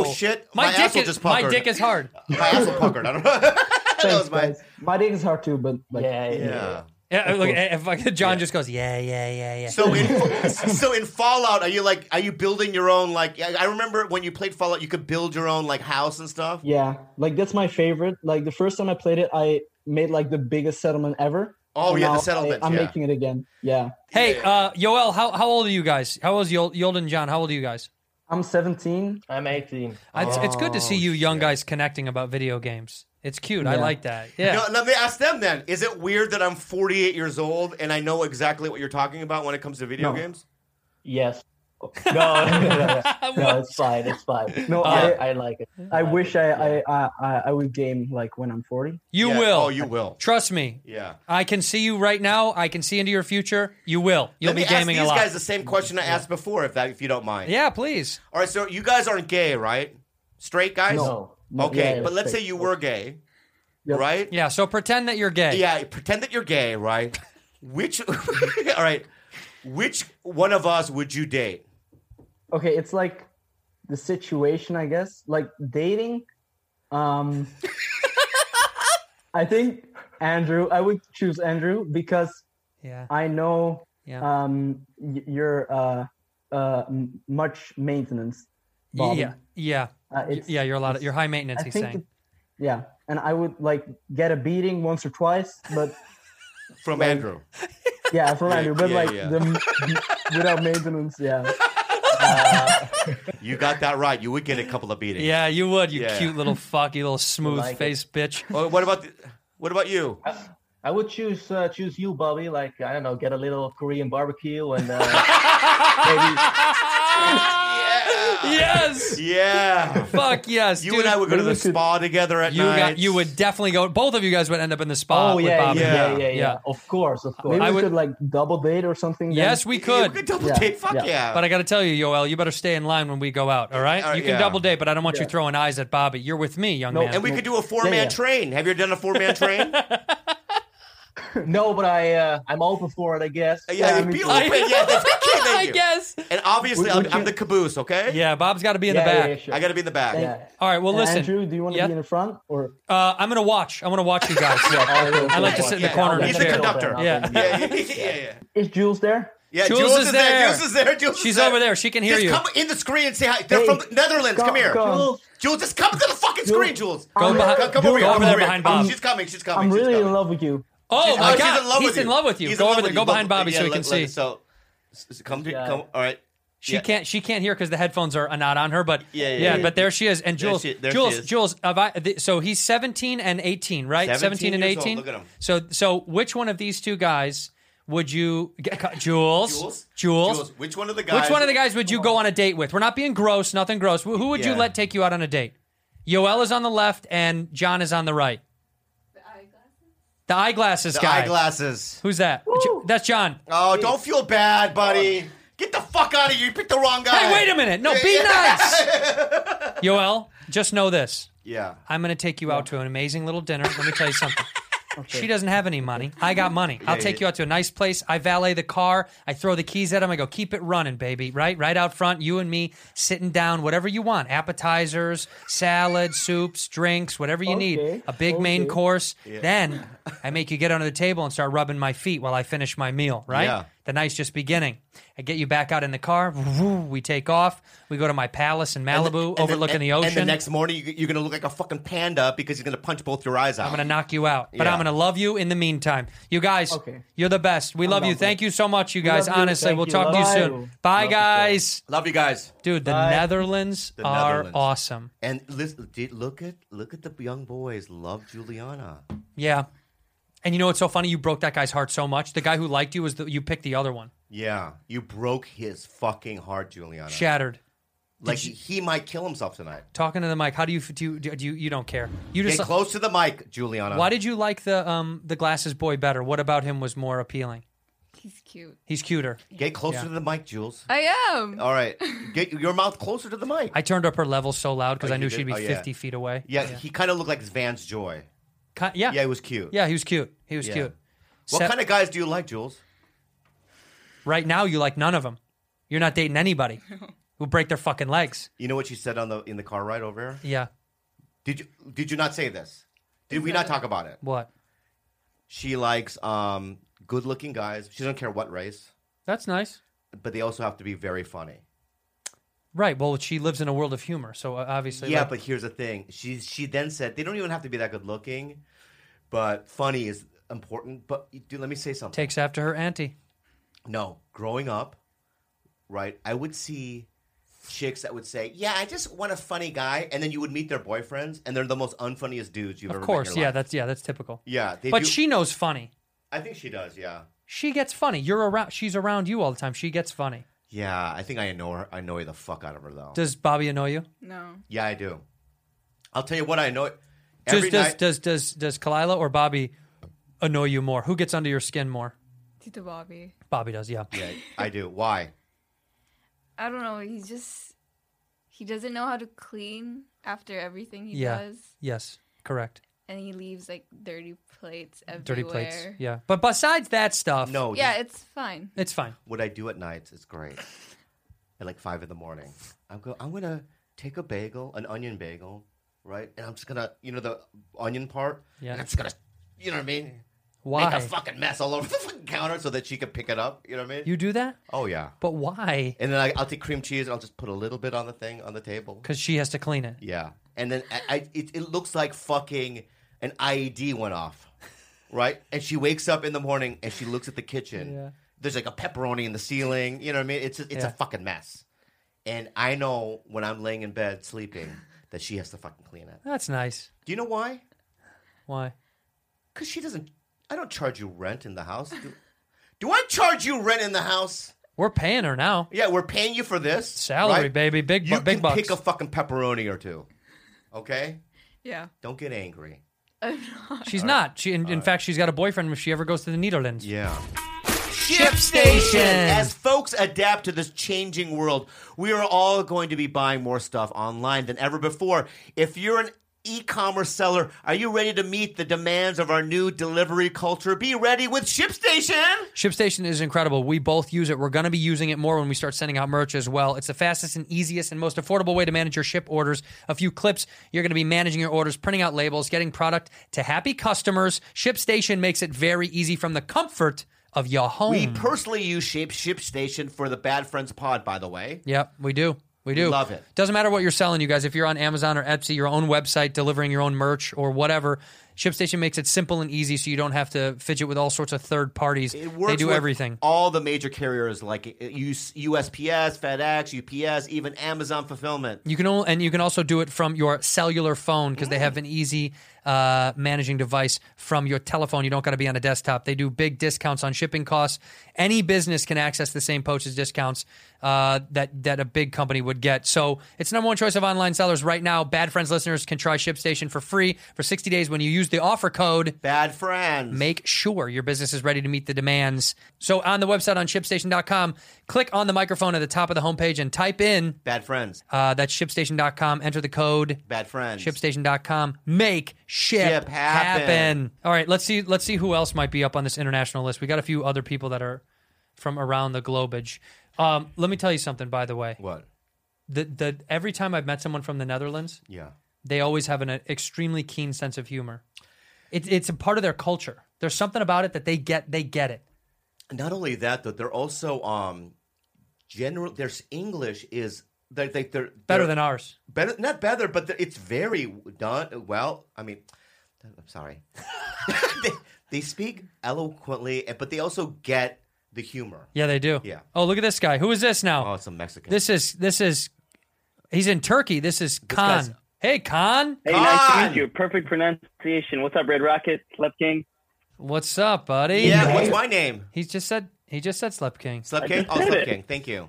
Oh shit! My, My, dick asshole is just my puckered. dick is hard. my asshole puckered. I don't know. (laughs) that Thanks, was my guys. my dick is hard too but like yeah, yeah. Yeah, look, eh, if I, (laughs) John Yeah. just goes, yeah, yeah, yeah, yeah. So in (laughs) so in Fallout, are you like are you building your own like? I I remember when you played Fallout, you could build your own like house and stuff. yeah like that's my favorite like the first time i played it i made like the biggest settlement ever Oh, And yeah, the now settlements, I, am yeah. making it again yeah hey, uh, Joel, how, how old are you guys? How old is Yol- Yolden and John? How old are you guys? i'm 17 I'm 18. I- It's, it's good to see Oh, you young shit. guys connecting about video games. It's cute. I Yeah. like (laughs) that. Yeah. No, let me ask them then. Is it weird that I'm 48 years old and I know exactly what you're talking about when it comes to video No. games? (laughs) Yes. No, no, no, no. no, it's fine. It's fine. (laughs) no Yeah. I like it. i i wish I, I i i i would game like when i'm 40 you Yeah. will. Oh, you will. Trust me. Yeah. I can see you right now. I can see into your future. You will. You'll Let me be gaming ask a these lot. guys the same question I asked before, if that if you don't mind. yeah, please. All right. So you guys aren't gay, right? Straight guys. No. No, Okay, yeah, yeah, but let's straight. say you were gay, Yep. right? Yeah. So pretend that you're gay. Yeah, pretend that you're gay, (laughs) right? Which, (laughs) all right, which one of us would you date? okay it's like the situation i guess like dating um i think andrew i would choose andrew because Yeah. i know Yeah. um y- you're uh uh m- much maintenance Bobby. yeah. Yeah. uh, it's, yeah. You're a lot. Of, you're high maintenance. I he's think saying. it- yeah and i would like get a beating once or twice but (laughs) From Andrew. (laughs) yeah from andrew but yeah, like yeah. the m- (laughs) without maintenance yeah You got that right. You would get a couple of beatings. yeah, you would. You Yeah. cute little fuck. You little smooth Like it. face bitch. Well, what about the, what about you? I would choose uh, choose you, Bobby. Like I don't know, get a little Korean barbecue and uh, (laughs) (laughs) yes. Yeah. (laughs) Fuck yes. You dude. and I would go to the we could- spa together at You night. got. You would definitely go. Both of you guys would end up in the spa oh with yeah, Bobby. yeah, Yeah. yeah, yeah, Yeah. Of course, of course. maybe I we would- could like double date or something then. Yes, we You could. could double Yeah, date. Fuck yeah. yeah. But I got to tell you, Yoel, you better stay in line when we go out. All right. All right, you can yeah. double date, but I don't want you throwing eyes at Bobby. You're with me, young No, man. and we could do a four man yeah. train. Have you ever done a four man train? no, but I uh, I'm open for it. I guess. Yeah, me be too. (laughs) open. Yeah, that's the key I menu. guess. And obviously, Would- I'm, would I'm you- the caboose. Okay. Yeah, Bob's got to be in the Yeah, yeah, back. yeah, sure. I got to be in the back. Yeah. All right. Well, And listen. Andrew, do you want to Yeah. be in the front or? Uh, I'm gonna watch. I want to watch you guys. I like to sit in the Yeah, corner in He's the the chair. conductor. Yeah. Yeah, (laughs) yeah, yeah, yeah. Is Jules there? Yeah, Jules Jules, is is there. there. Jules is there. Jules She's is there. over there. She can hear Just you. come in the screen and say hi. They're Hey, from the Netherlands. go- come here. go. Jules. Jules, just come to the fucking Jules. screen, Jules. Go behind- Come, come Jules, over here. go Come over there behind Bob. She's coming. She's coming. I'm she's really coming. in love with you. Oh my she's God, in love he's with in love with you. He's in go love over with there. you. Go behind Bobby so yeah, he can let- let- see. So, s- come to Yeah. come. All right. She yeah. can't. She can't hear because the headphones are not on her. But Yeah, yeah, yeah. But there she is. And There Jules, she- there she Jules, is. Jules. Have I, th- so he's 17 and 18, right? 17 and years 18. old. Look at him. So, so which one of these two guys would you get? Jules. Jules. Jules. Jules. Which one of the guys? Which one of the guys would you go on a date with? We're not being gross. Nothing gross. Who who would you Yeah. let take you out on a date? Yoel is on the left and John is on the right. The eyeglasses. The eyeglasses The guy. eyeglasses. Who's that? Jo- That's John. Oh, don't feel bad, buddy. Get the fuck out of here. You picked the wrong guy. Hey, wait a minute. No, be (laughs) nice. (laughs) Yoel, just know this. Yeah. I'm going to take you out to an amazing little dinner. Let me tell you (laughs) something. She doesn't have any money. I got money. I'll take you out to a nice place. I valet the car. I throw the keys at him. I go, keep it running, baby. Right, right out front. You and me sitting down, whatever you want. Appetizers, salad, soups, drinks, whatever you need. Okay, A big main okay. course. Then I make you get under the table and start rubbing my feet while I finish my meal. Right. Yeah. The night's just beginning. I get you back out in the car. We take off. We go to my palace in And the- Malibu, and overlooking the and- ocean. And the next morning, you- you're going to look like a fucking panda because he's going to punch both your eyes out. I'm gonna knock you out, but Yeah. I'm gonna love you in the meantime. You guys, Okay. you're the best. We love you. down for Thank you so much, you love guys. you. Honestly, Thank we'll you. talk to you Love soon. you. Bye, guys. Love you guys. Dude, the Bye. Netherlands The are Netherlands. awesome. And listen, did- look at look at the young boys love Juliana. Yeah, and you know what's so funny? You broke that guy's heart so much. The guy who liked you was the, you picked the other one. Yeah, you broke his fucking heart, Juliana. Shattered. like he might kill himself tonight. Talking to the mic. How do you do? You, do you, you don't care. You Get just. close to the mic, Juliana. why did you like the um the glasses boy better? What about him was more appealing? He's cute. He's cuter. Get closer to the mic, Jules. I am. All right, get your mouth closer to the mic. I turned up her level so loud because Oh, I you knew did? she'd be Oh, yeah. 50 feet away. yeah, he kind of looked like Vance Joy. Ki- yeah. Yeah, he was cute. Yeah, he was cute. He was Yeah. cute. What Set- kind of guys do you like, Jules? Right now, you like none of them. You're not (laughs) dating anybody who break their fucking legs. You know what she said on the in the car ride over here? Yeah. Did you did you not say this? Did we not talk about it? What? She likes um good looking guys. She doesn't care what race, That's nice. but they also have to be very funny. Right. Well, she lives in a world of humor, so uh, obviously. yeah, like- but here's the thing. She she then said they don't even have to be that good looking, but funny is important. But dude, let me say something. takes after her auntie. No, growing up, right? I would see chicks that would say, "Yeah, I just want a funny guy," and then you would meet their boyfriends, and they're the most unfunniest dudes you've Of ever. met course. in your Yeah. life. That's yeah. That's typical. yeah. They but do- she knows funny. I think she does. Yeah, She gets funny. You're around. She's around you all the time. She gets funny. yeah. I think I annoy her. I annoy the fuck out of her though. Does Bobby annoy you? No. yeah, I do. I'll tell you what I annoy. Does Every does, night, does does does Kalila or Bobby annoy you more? Who gets under your skin more? Tito Bobby. Bobby does. Yeah. yeah, I do. Why? I don't know. He just he doesn't know how to clean after everything he Yeah. does, Yes. Correct. and he leaves like dirty plates everywhere. Dirty plates. Yeah. But besides that stuff, No. Yeah, just it's fine. it's fine. What I do at nights is great. At like five in the morning, I'm go. I'm gonna take a bagel, an onion bagel, right? And I'm just gonna, you know, the onion part. Yeah. And I'm just gonna, you know what I mean? Why? Make a fucking mess all over (laughs) the fucking counter so that she can pick it up. You know what I mean? You do that? oh yeah. But why? And then I, I'll take cream cheese and I'll just put a little bit on the thing on the table. Because she has to clean it. Yeah. And then I, I it, it looks like fucking an IED went off, right? And she wakes up in the morning and she looks at the kitchen. Yeah. There's like a pepperoni in the ceiling. You know what I mean? It's a, it's Yeah. a fucking mess. And I know when I'm laying in bed sleeping that she has to fucking clean it. That's nice. Do you know why? Why? Because she doesn't. I don't charge you rent in the house. (laughs) Do, do I charge you rent in the house? We're paying her now. Yeah, we're paying you for this Salary, right? baby. Big, bu- You big can bucks. pick a fucking pepperoni or two. Okay, Yeah. don't get angry. I'm not. (laughs) she's not. She, in, in fact, she's got a boyfriend if she ever goes to the Netherlands. Yeah. Ship Station! As folks adapt to this changing world, we are all going to be buying more stuff online than ever before. If you're an e-commerce seller. Are you ready to meet the demands of our new delivery culture? Be ready with ShipStation. ShipStation is incredible. We both use it. We're going to be using it more when we start sending out merch as well. It's the fastest and easiest and most affordable way to manage your ship orders. A few clips, you're going to be managing your orders, printing out labels, getting product to happy customers. ShipStation makes it very easy from the comfort of your home. We personally use Shape ShipStation for the Bad Friends Pod, by the way. Yep, we do. We do. Love it. Doesn't matter what you're selling, you guys. If you're on Amazon or Etsy, your own website, delivering your own merch or whatever, ShipStation makes it simple and easy so you don't have to fidget with all sorts of third parties. It works they do with everything. All the major carriers like uh, US- USPS, FedEx, UPS, even Amazon Fulfillment. You can only, and you can also do it from your cellular phone because they have an easy uh, managing device from your telephone. You don't got to be on a desktop. They do big discounts on shipping costs. Any business can access the same postage discounts uh, that that a big company would get. So it's number one choice of online sellers right now. Bad Friends listeners can try ShipStation for free for sixty days when you use the offer code Bad Friends. make sure your business is ready to meet the demands. So on the website on ShipStation.com, click on the microphone at the top of the homepage and type in Bad Friends. uh, that's shipstation.com. Enter the code Bad Friends. shipstation.com. Make ship, Ship happen. Hmm. All right, let's see. Let's see who else might be up on this international list. We got a few other people that are from around the globage. Um, let me tell you something, by the way. What? The, the every time I've met someone from the Netherlands, Yeah. they always have an uh, extremely keen sense of humor. It's it's a part of their culture. There's something about it that they get. They get it. Not only that, though, they're also um general. Their English is they they they're Better they're- than ours. better not better, but they're- it's very done well. I mean, I'm sorry. (laughs) they, they speak eloquently, but they also get the humor. Yeah, they do. Yeah. Oh, look at this guy. Who is this now? Oh, it's a Mexican. This is this is he's in Turkey. This is guy's- Khan. Hey Khan. Hey, nice to Khan! meet you. Perfect pronunciation. What's up, Red Rocket, Slep King? What's up, buddy? yeah. What's my name? He just said he just said Slep King. Slep King. just Oh, said Slep it. King. Thank you.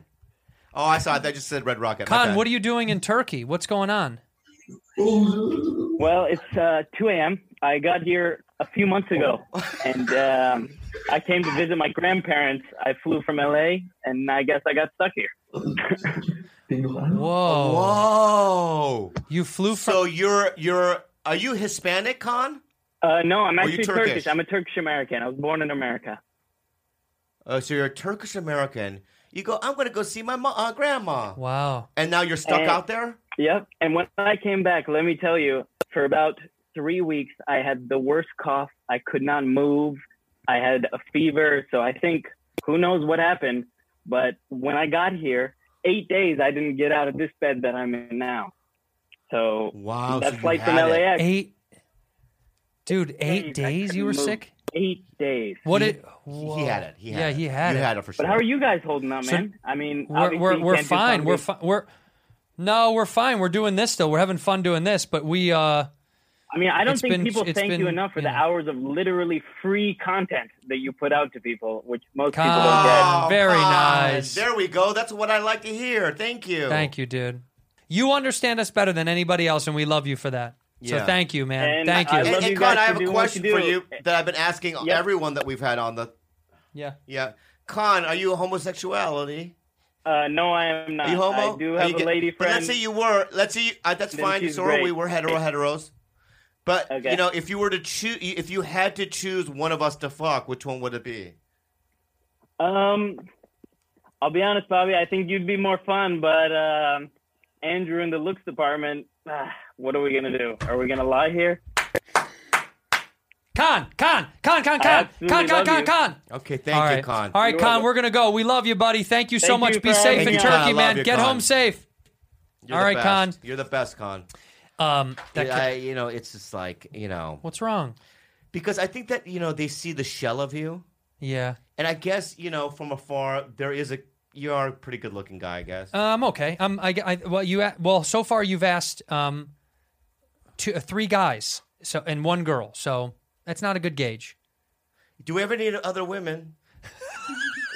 Oh, I saw it. I just said Red Rocket. Khan, what are you doing in Turkey? What's going on? Well, it's uh, 2 a.m. I got here a few (laughs) months ago, and um, I came to visit my grandparents. I flew from LA, and I guess I got stuck here. Whoa. Whoa! You flew from Oh! So you're you're are you Hispanic, Khan? Uh, no, I'm Are you actually Turkish? Turkish? I'm a Turkish American. I was born in America. Uh, so you're a Turkish American. You go. I'm gonna go see my mo- uh, grandma. Wow. And now you're stuck And- out there. Yep. And when I came back, let me tell you, for about three weeks, I had the worst cough. I could not move. I had a fever. So I think who knows what happened. But when I got here, eight days, I didn't get out of this bed that I'm in now. So Wow. so that you flight from had it. LAX, eight, Eight Dude, eight I days you were couldn't move. sick? days. What it He had it. He had yeah, it. he had you it. had it for sure. But how are you guys holding up, So- man? I mean, we're obviously we're, you we're can't do fine. We're something- fi- we're no, we're fine. We're doing this still. We're having fun doing this, but we uh I mean, I don't It's think been- people it's thank been, you enough for you the know. hours of literally free content that you put out to people, which most people don't get. Khan, very Khan. nice. Oh, There we go. That's what I like to hear. Thank you. Thank you, dude. You understand us better than anybody else, and we love you for that. So Yeah. thank you, man. And thank you. I And, love and you Khan, guys I for have a doing what question you for do. you that I've been asking Yep. everyone that we've had on the. yeah. Yeah, Khan, are you a homosexuality? Uh, no, I am not. Are you homo? I do Are have you a gay? lady But friend. let's say you were. Let's say you, uh, that's Then fine. she's So are we great. were hetero heteros. But Okay. you know, if you were to choose, if you had to choose one of us to fuck, which one would it be? um, I'll be honest, Bobby. I think you'd be more fun, but um, Andrew in the looks department. ah, what are we gonna do? Are we gonna lie here? Con, con, con, con, con, absolutely con, con, love con, you. con. Okay, thank All you, right. Khan. All right, You're Con, welcome. we're going to go. We love you, buddy. Thank you so Thank much. you Be for safe in having me on. Turkey, I love man. you, Get Con. home safe. You're All the right, best. Khan. You're the best, Khan. Um, that Yeah, kid- I, you know, it's just like you know, what's wrong? because I think that you know they see the shell of you, Yeah. and I guess you know from afar there is a you are a pretty good looking guy, I guess. Um, okay. Um, I, I well, you a- well, so far you've asked um, two, uh, three guys, so and one girl. So that's not a good gauge. Do we ever need (laughs) other women?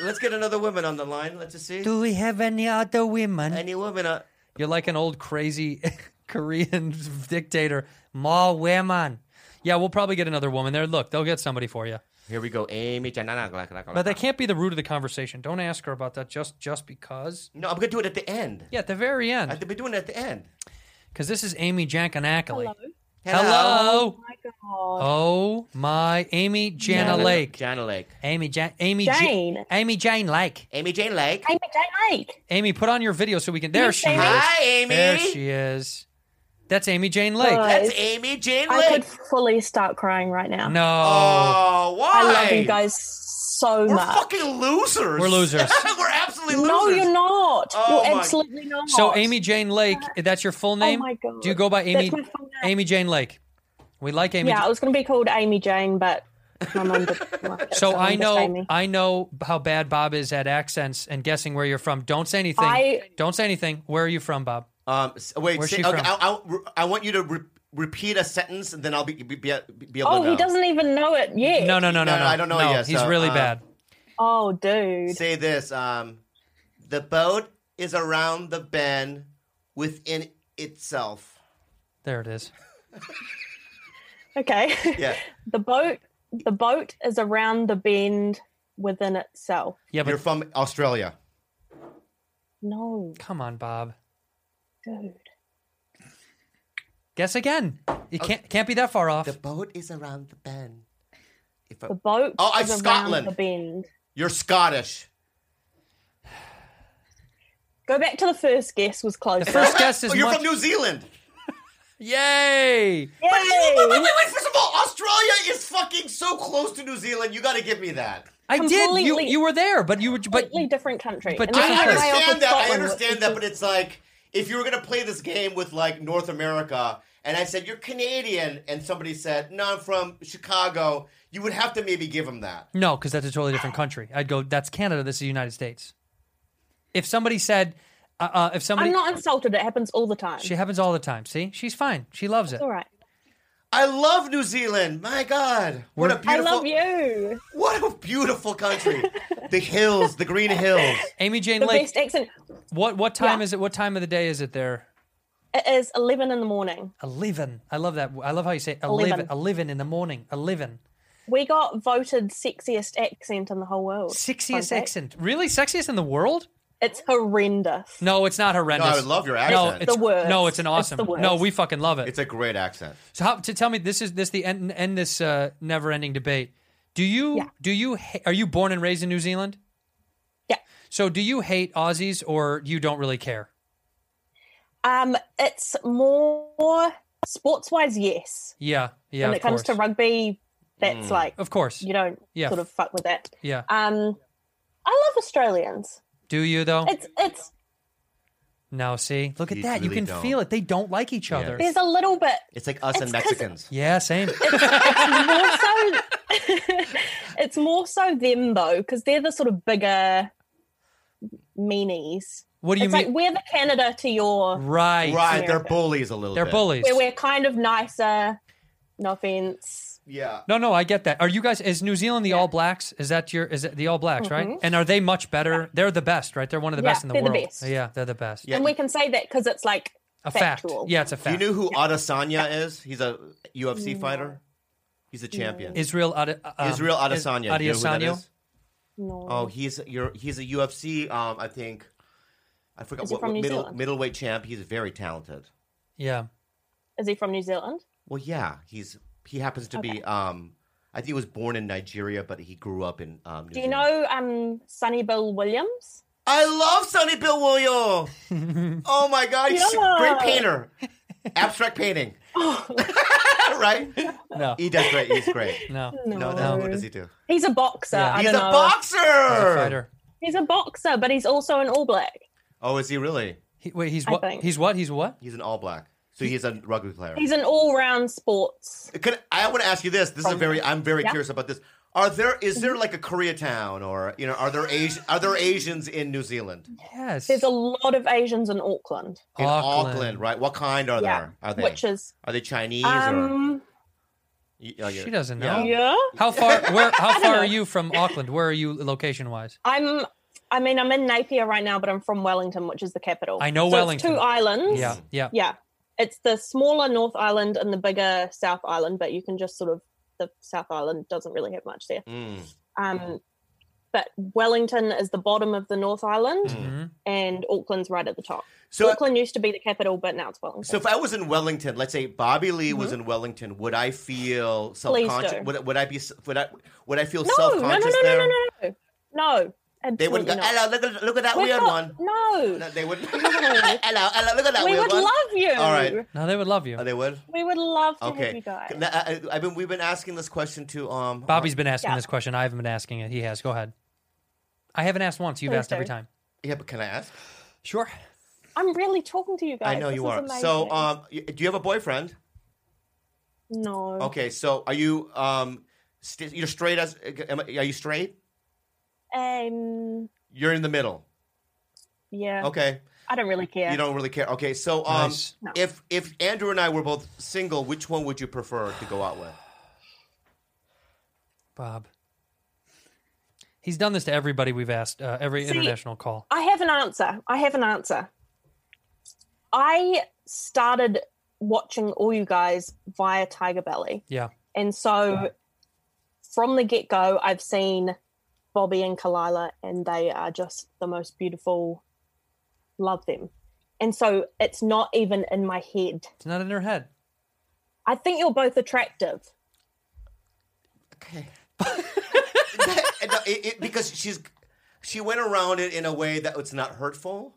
Let's get another woman on the line. Let's just see. we have any other women? Any woman? Uh, You're like an old crazy (laughs) Korean (laughs) dictator. Ma women. Yeah, we'll probably get another woman there. Look, they'll get somebody for you. here we go, Amy. But But that can't be the root of the conversation. Don't ask her about that just just because. No, I'm gonna do it at the end. Yeah, at the very I've end. been doing it at the end. Because this is Amy Jankanakali. Hello. Oh Oh my, Amy Jana Jana- Lake. Jana Lake. Amy Jan. Amy Jane. Amy Jane Lake. Amy Jane Lake. my God. I like. Amy, put on your video so we can. There she Amy. is. Hi, Amy. There she is. That's Amy Jane Lake. Guys, Amy Jane I could fully start crying right now. No. Oh, why? I love you guys so We're much. fucking losers. We're losers. (laughs) We're absolutely losers. no, you're not. Oh, you're my- absolutely not. So Amy Jane Lake, that's your full name? Oh my God. Do you go by That's Amy my full Amy Jane Lake? We like Amy. yeah, Jane- I was going to be called Amy Jane, but my mum didn't like it, (laughs) so I'm I just know Amy. I know how bad Bob is at accents and guessing where you're from. Don't say anything. I- Don't say anything. Where are you from, Bob? Um, s- wait, Where's say- she okay, from? I, I, I want you to re- repeat a sentence, and then I'll be be, be, be able to Oh, know. he doesn't even know it yet. No, no, no, no, No, no. I don't know No, yet, he's so, really uh, bad. Oh, dude. Say this: um, the boat is around the bend within itself. There it is. (laughs) Okay. (laughs) Yeah, the boat. The boat is around the bend within itself. yeah, but you're from Australia. No, Come on, Bob. dude. Guess again. It can't can't be that far off. Oh. The boat is around the bend. If I- The boat Oh, I'm is around Scotland. the bend. you're Scottish. Go back to the first guess. Was close. The first guess is Oh, you're much- from New (laughs) Zealand. Yay! Yay! Wait, wait, wait, wait! First of all, Australia is fucking so close to New Zealand. You got to give me that. I did. You Completely- you were there, but you were but completely different country. but And I that's why I offered understand that. I Scotland, understand which that, is- but it's like if you were gonna play this game with like North America, and I said you're Canadian, and somebody said no, I'm from Chicago, you would have to maybe give them that. No, because that's a totally different country. I'd go, that's Canada. This is the United States. If somebody said, uh, uh, if somebody, I'm not insulted. It happens all the time. she happens all the time. See, she's fine. She loves it. It's all right. I love New Zealand. My God, what a We're- I beautiful, love you. what a (laughs) beautiful country. the hills, (laughs) the green hills. Amy Jane The Lake, best accent. what what time Yeah. is it? What time of the day is it there? It is 11 in the morning. Eleven. I love that. I love how you say eleven. Eleven. Eleven in the morning. Eleven. We got voted sexiest accent in the whole world. Fun Sexiest fact. accent. Really, sexiest in the world? It's horrendous. No, it's not No, horrendous. I would love your No, accent. it's The worst. No, it's an It's awesome. the worst. no, we fucking love it. it's a great accent. So how, to tell me this is this the end end this uh, never ending debate. Do you Yeah. do you ha- are you born and raised in New Zealand? Yeah. So do you hate Aussies or you don't really care? Um, it's more sports wise, yes. Yeah, yeah. when of it comes course. to rugby, Hmm. that's like of course, you don't Yeah. sort of fuck with that. yeah. Um, I love Australians. Do you though? It's it's No, see, look at You that. you really can don't. feel it. They don't like each Yeah. other. there's a little bit It's like us and It's 'cause- Mexicans. Yeah, same. it's more so (laughs) it's more so them though because they're the sort of bigger meanies What do you it's mean? like we're the canada to your right. Right, they're America. bullies a little They're bit. bullies. where we're kind of nicer no offense Yeah. No, no, I get that. Are you guys? Is New Zealand the All Blacks? Is that your? Is it the All Blacks, right? Mhm. And are they much better? They're the best, right? They're one of the Yeah, best in the they're the world. best. Yeah, they're the best. Yeah. and we can say that because it's like a Factual. fact. Yeah, it's a Do you fact. know who Adesanya is? He's a UFC fighter. He's a champion. Israel Ade- um, Israel Is- Adesanya. Do you know who that Adesanya? is? no Oh, he's you're, he's a UFC. Um, I think I forgot Is he what, from what New middle Zealand? middleweight champ. He's very talented. Yeah. is he from new zealand Well, yeah, he's he happens to be. Um, I think he was born in Nigeria, but he grew up in. Um, New do you Zealand. know um sunny bill williams I love Sonny Bill Williams. (laughs) oh my god, he's a great Yeah. (laughs) painter. Abstract painting. Oh. (laughs) right? No. He does great. He's (laughs) great. No. no, No, no. What does he do? he's a boxer Yeah. I he's a don't know. boxer. He's a fighter. he's a boxer but he's also an all black Oh, is he really? He, wait, he's I what? think. He's what? He's what? He's an all black. So he's a rugby player. he's an all-round sports Could I want to ask you this? This is a very I'm very Yeah. Mm-hmm. curious about this. Are there is there like a Koreatown or you know are there Asian are there Asians in New Zealand Yes. There's a lot of Asians in Auckland. in Auckland. Auckland, right? What kind are yeah, there? Are they witches. are they Chinese or? Um, y- are you- She doesn't yeah. know. yeah, How far? (laughs) Where? How far know. are you from Auckland? Where are you location wise? I'm. I mean, I'm in Napier right now, but I'm from Wellington, which is the capital. I know So it's Wellington. two islands. Yeah. Yeah. yeah. It's the smaller North Island and the bigger South Island, but you can just sort of the South Island doesn't really have much there. Mm. Um, but Wellington is the bottom of the North Island, Mm-hmm. and Auckland's right at the top. Hmm. So- Auckland used to be the capital, but now it's Wellington. So if I was in Wellington, let's say Bobby Lee was Mm-hmm. in Wellington, would I feel self-conscious? do. Would, would I be would I would I feel no, no, no, no, self-conscious no, there? no, no, no, no. They wouldn't go, absolutely "Hello, look at- look at that We're weird not- one." No. No, they wouldn't. (laughs) hello, hello, look at that We weird would one. love you. All right. No, they would love you. Oh, they would. We would love to have Okay. you guys. Now, I, I- I've been we've been asking this question to um Bobby's been asking Yeah. this question. I haven't been asking it. He has. Go ahead. I haven't asked once. Oh, You've asked every Okay. time. Yeah, but can I ask? Sure. I'm really talking to you guys. I know This you is are. amazing. Mm-hmm. So um y- do you have a boyfriend? no. Okay, so are you um st- you're straight as am I- are you straight? Um. You're in the middle. Yeah. Okay. I don't really care. You don't really care. Okay, so um, Nice. No. if if Andrew and I were both single, which one would you prefer to go out with? Bob. He's done this to everybody we've asked, uh, every See- international call. I have an answer. I have an answer. I started watching all you guys via Tiger Belly. Yeah. And so from the get go, I've seen Bobby and Kalila, and they are just the most beautiful. Love them. And so it's not even in my head. It's not in her head. I think you're both attractive. And, uh, it- it- because she's she went around it in a way that it's not hurtful.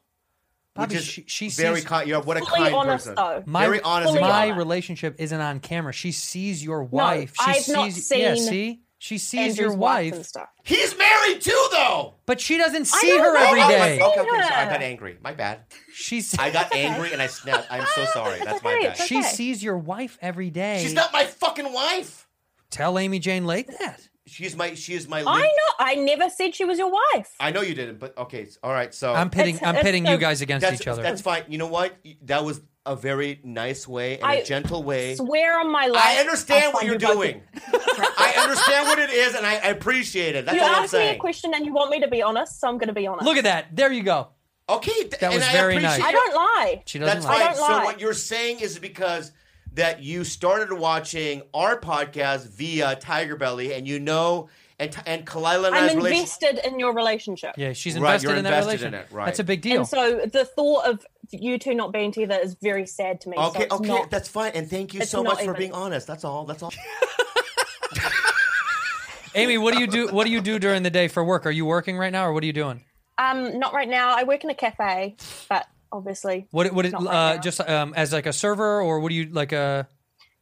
Bobby, which is she- she very sees- kind. You're what a Fully kind honest, person. though. My, very honest. and My kind. relationship isn't on camera. She sees your wife. she I've sees, not Yeah, seen see? She sees Andrew's your wife wife. and stuff. He's married too, though. But she doesn't I see know Oh, her that. every I've day. seen Okay, okay, I'm sorry. I her. got angry. My bad. She's. I got angry and I snapped. I'm so sorry. That's my bad. She sees your wife every day. She's not my fucking wife. Tell Amy Jane Lake that. She's my. She is my. I lead- know. I never said she was your wife. I know you didn't, but okay. s- All right. So I'm pitting. It's- I'm it's pitting the- you guys against that's, each other. That's fine. You know what? That was a very nice way and a I gentle way. Swear on my life. I understand I'll what find you're you both- doing. I understand what it is, and I, I appreciate it. That's you all I'm asked me a saying. question and you want me to be honest, so I'm going to be honest. Look at that. There you go. Okay, th- That was and very I appreciate nice. I don't lie. She doesn't That's lie. I right. don't So lie. what you're saying is because that you started watching our podcast via Tiger Belly, and you know, and and Kalila and I's I'm relationship. invested in your relationship. Yeah, she's Right, invested you're in that invested in relationship. it, right. That's a big deal. And so the thought of you two not being together is very sad to me. so Okay, it's okay, not- that's fine, and thank you it's so not much for even- being honest. That's all. That's all. Amy, what do you do? What do you do during the day for work? Are you working right now, or what are you doing? um, not right now. I work in a cafe, but obviously. What what is, not right uh, now. just um, as like a server, or what do you like uh, a?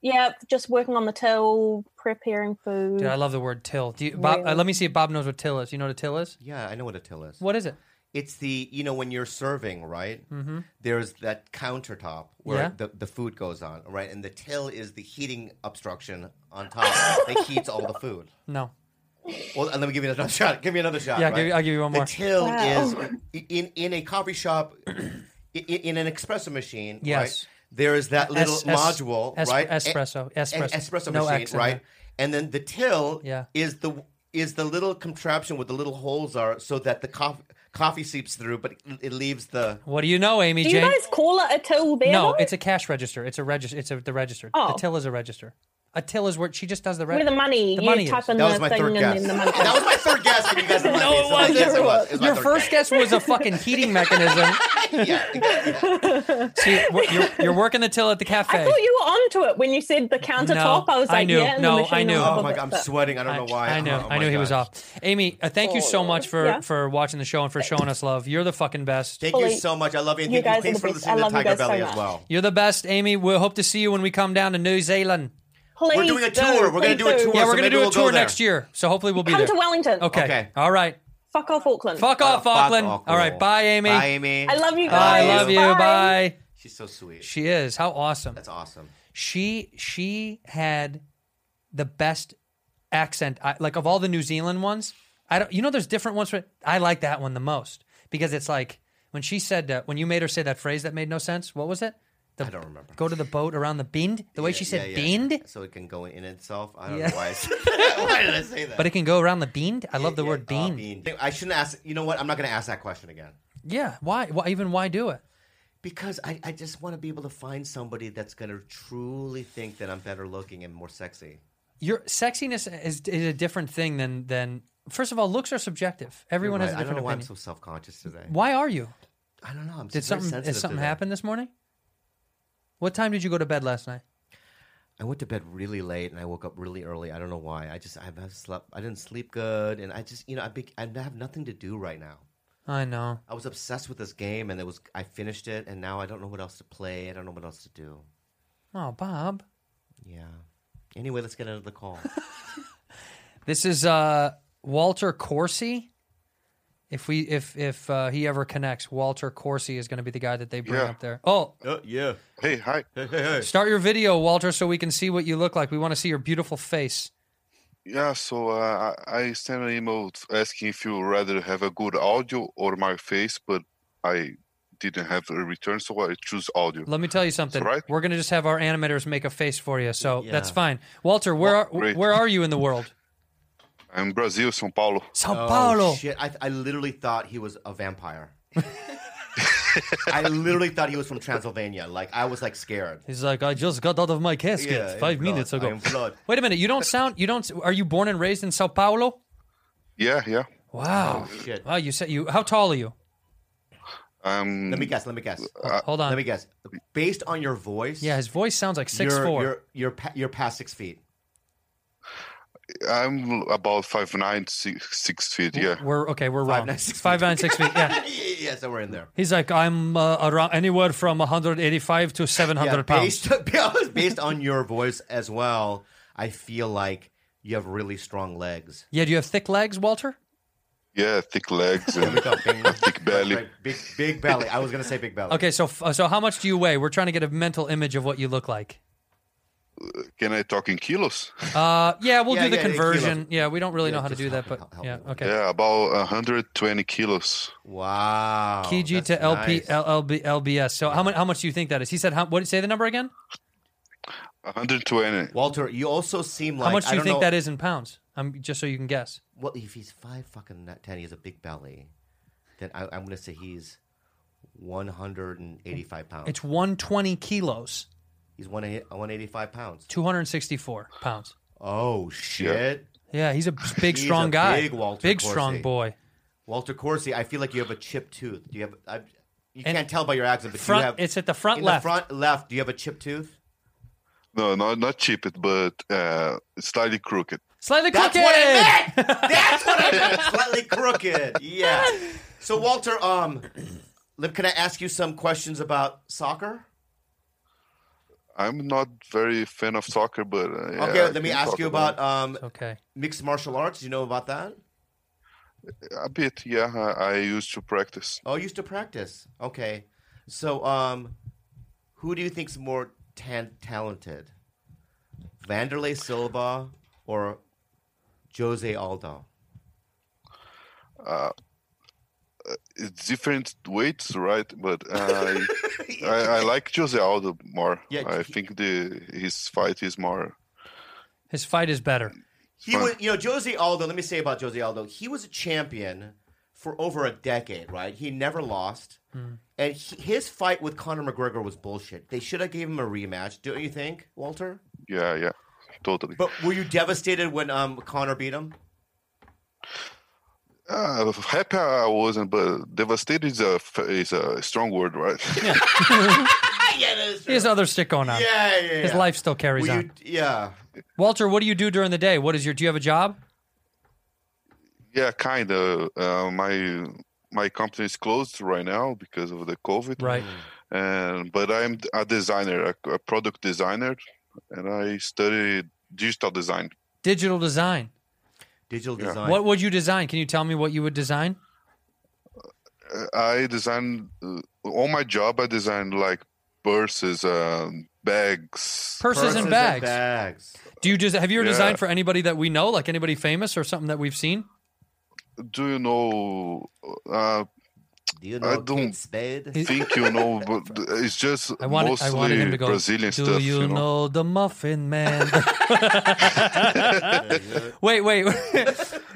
Yeah, just working on the till, preparing food. Dude, I love the word till. Do you, Bob, uh, Really? let me see if Bob knows what till is. You know what a till is? yeah, I know what a till is. What is it? It's the you know when you're serving, right? Mhm. There's that countertop where Yeah. the, the food goes on, right? And the till is the heating obstruction on top that heats all the food. No. Well, let me give you another (laughs) shot. Give me another shot. Yeah, right? give you- I'll give you one more. The till Wow. is in in a coffee shop, (clears throat) in, in an espresso machine. Yes. Right? There is that little Es- es- module, es- right? espresso, An espresso. espresso No machine, X in right? there. And then the till Yeah. is the is the little contraption where the little holes are, so that the coffee coffee seeps through, but it, it leaves the. What do you know, Amy Do you Jane? guys call it a till there? no, though? it's a cash register. It's a register. It's a, the register. Oh. The till is a register. A till is where she just does the Where register. the money, The you money type is. in That the was my thing third and guess. then (laughs) the money that was my third guess, and you guys. No, it Yes, wasn't. it was. It was my Your third first guess was a fucking heating mechanism. (laughs) (laughs) guess. (laughs) yeah, See, we're- you're, you're working the till at the cafe. I thought you were onto it when you said the countertop. I was I like, knew. yeah, and No, the I machine knew. on top Oh of my it, god, I'm but- sweating. I don't know why. I know. Oh I my knew he was God. off. Amy, uh, thank you so much for Yeah. for watching the show and for showing us love. You're the fucking best. Thank Fully- you so much. I love you. And You thank you. guys are Thanks the for best. I listening to love you Tiger guys so Belly as much. well. You're the best, Amy. We'll hope to see you when we come down to New Zealand. Please We're doing a do, tour. We're gonna please do a tour. Yeah, so we're gonna maybe do a we'll go tour there. next year, so hopefully we'll be Come there. to Wellington. okay. Okay. All right. Fuck off, Auckland. Fuck off, Uh, Oh, Fuck Auckland. off, All right. girl. Bye, Amy. Bye, Amy. I love you I guys. love you. Bye. She's so sweet. She is. How awesome. That's awesome. she she had the best accent I, like of all the New Zealand ones I don't you know there's different ones for I like that one the most because it's like when she said uh, when you made her say that phrase that made no sense what was it the, I don't remember. go to the boat around the bend the way she said bend So it can go in itself. I don't Yeah. (laughs) know why. I said that. why did I say that? but it can go around the bend I love the word Oh, bean bean. I shouldn't ask. You know what? I'm not going to ask that question again yeah why why even why do it because I, I just want to be able to find somebody that's going to truly think that I'm better looking and more sexy. your sexiness is, is a different thing than than First of all, looks are subjective. Everyone You're has a right. I different don't know why I'm opinion. so self conscious today. Why are you? I don't know. I'm Did just very something? sensitive Did something today. happen this morning? What time did you go to bed last night? I went to bed really late and I woke up really early. I don't know why. I just I have slept. I didn't sleep good, and I just you know I be, I have nothing to do right now. I know. I was obsessed with this game, and it was I finished it, and now I don't know what else to play. I don't know what else to do. Oh, Bob. Yeah. Anyway, let's get into (laughs) the call. This is uh, Walter Corsi. If we if if uh, he ever connects, Walter Corsi is going to be the guy that they bring Yeah. up there. Oh, yeah. Hey, hi. Hey, hey, hey. Start your video, Walter, so we can see what you look like. We want to see your beautiful face. Yeah, so uh, I I sent an email asking if you would rather have a good audio or my face, but I didn't have a return, so I choose audio. Let me tell you something. Right. We're going to just have our animators make a face for you, so Yeah. that's fine. Walter, where are Great. where are you in the world? I'm Brazil, São Paulo. São Oh, Paulo. Shit, I, I literally thought he was (laughs) a vampire. I literally thought he was from Transylvania. Like I was like scared. He's like, I just got out of my casket Yeah, I'm five blood. minutes ago. I'm blood. Wait a minute, you don't sound. You don't. Are you born and raised in Sao Paulo? Yeah, yeah. Wow. Oh, shit. Wow. You said you. How tall are you? Um, Let me guess. Let me guess. Uh, Hold on. Let me guess. Based on your voice, Yeah, his voice sounds like 6 you're, 4 You're you're, pa- you're past six feet. I'm about five nine, six, six feet. Yeah. We're okay. We're wrong. Five nine six feet. Yeah. (laughs) yeah, so we're in there. He's like, I'm uh, around anywhere from 185 to 700 yeah, pounds. based, (laughs) based on your voice as well, I feel like you have really strong legs. Yeah, do you have thick legs, Walter? Yeah, thick legs and we go, bing. a thick belly. Right, big big belly. I was gonna say big belly. Okay, so f- uh, so how much do you weigh? We're trying to get a mental image of what you look like. Can I talk in kilos? Uh, yeah, we'll Yeah, do the yeah, yeah, conversion. kilos. Yeah, we don't really know how to do that, but yeah, okay. Yeah, about 120 kilos. Wow. KG to LP LLB, LBS. So how much how much do you think that is? He said, how, "What say the number again? 120. Walter, you also seem like how much do I you don't think know, that is in pounds? Um, just so you can guess. Well, if he's five fucking nut- ten, he has a big belly. Then I, I'm gonna say he's 185 pounds. It's 120 kilos, he's one, 185 pounds. 264 pounds. Oh shit! Yeah, (laughs) he's a big, He's strong a guy. Big Walter. Big, Corsi. strong boy. Walter Corsi. I feel like you have a chipped tooth. Do you have? I, you can't tell by your accent, but front- you have. it's at the front in left. The front left. Do you have a chipped tooth? No, not not cheap, but uh, slightly crooked. Slightly That's crooked. what I (laughs) meant. That's what I meant. Slightly crooked. Yeah. So Walter, um, (clears throat) Lip, can I ask you some questions about soccer? I'm not very fan of soccer, but uh, yeah, okay, I let me can ask talk you about um, okay mixed martial arts. You know about that? it. a bit. Yeah, I, I used to practice. Oh, you used to practice. Okay, so um, who do you think's more tan- talented, Vanderlei Silva or Jose Aldo? Uh, uh, it's different weights, right? But uh, (laughs) I, I I like Jose Aldo more. Yeah, I think the his fight is more. His fight is (laughs) better. He was, you know, Jose Aldo. Let me say about Jose Aldo. He was a champion for over a decade, right? He never lost, and he, his fight with Conor McGregor was bullshit. They should have gave him a rematch, don't you think, Walter? Yeah, yeah, totally. But were you devastated when um Conor beat him? Uh, happy I wasn't, but devastated is a f- is a strong word, right? (laughs) He has other shit going on. Yeah, yeah, His yeah. life still carries Were you- on. yeah. Walter, what do you do during the day? What is your? Do you have a job? Yeah, kind of. Uh, my my company is closed right now because of the COVID. Right. And but I'm a designer, a, a product designer, and I studied digital design. Digital design. Digital Yeah. design. What would you design? Can you tell me what you would design? Uh, I designed uh, on my job. I designed like purses, um, bags, Purses, and bags. Do you just have you ever Yeah. designed for anybody that we know, like anybody famous or something that we've seen? Do you know? Uh, Do you know I don't Spade? think you know, but it's just I wanted mostly I wanted him to go. Brazilian Do stuff. you, you know? the Muffin Man? (laughs) wait, wait.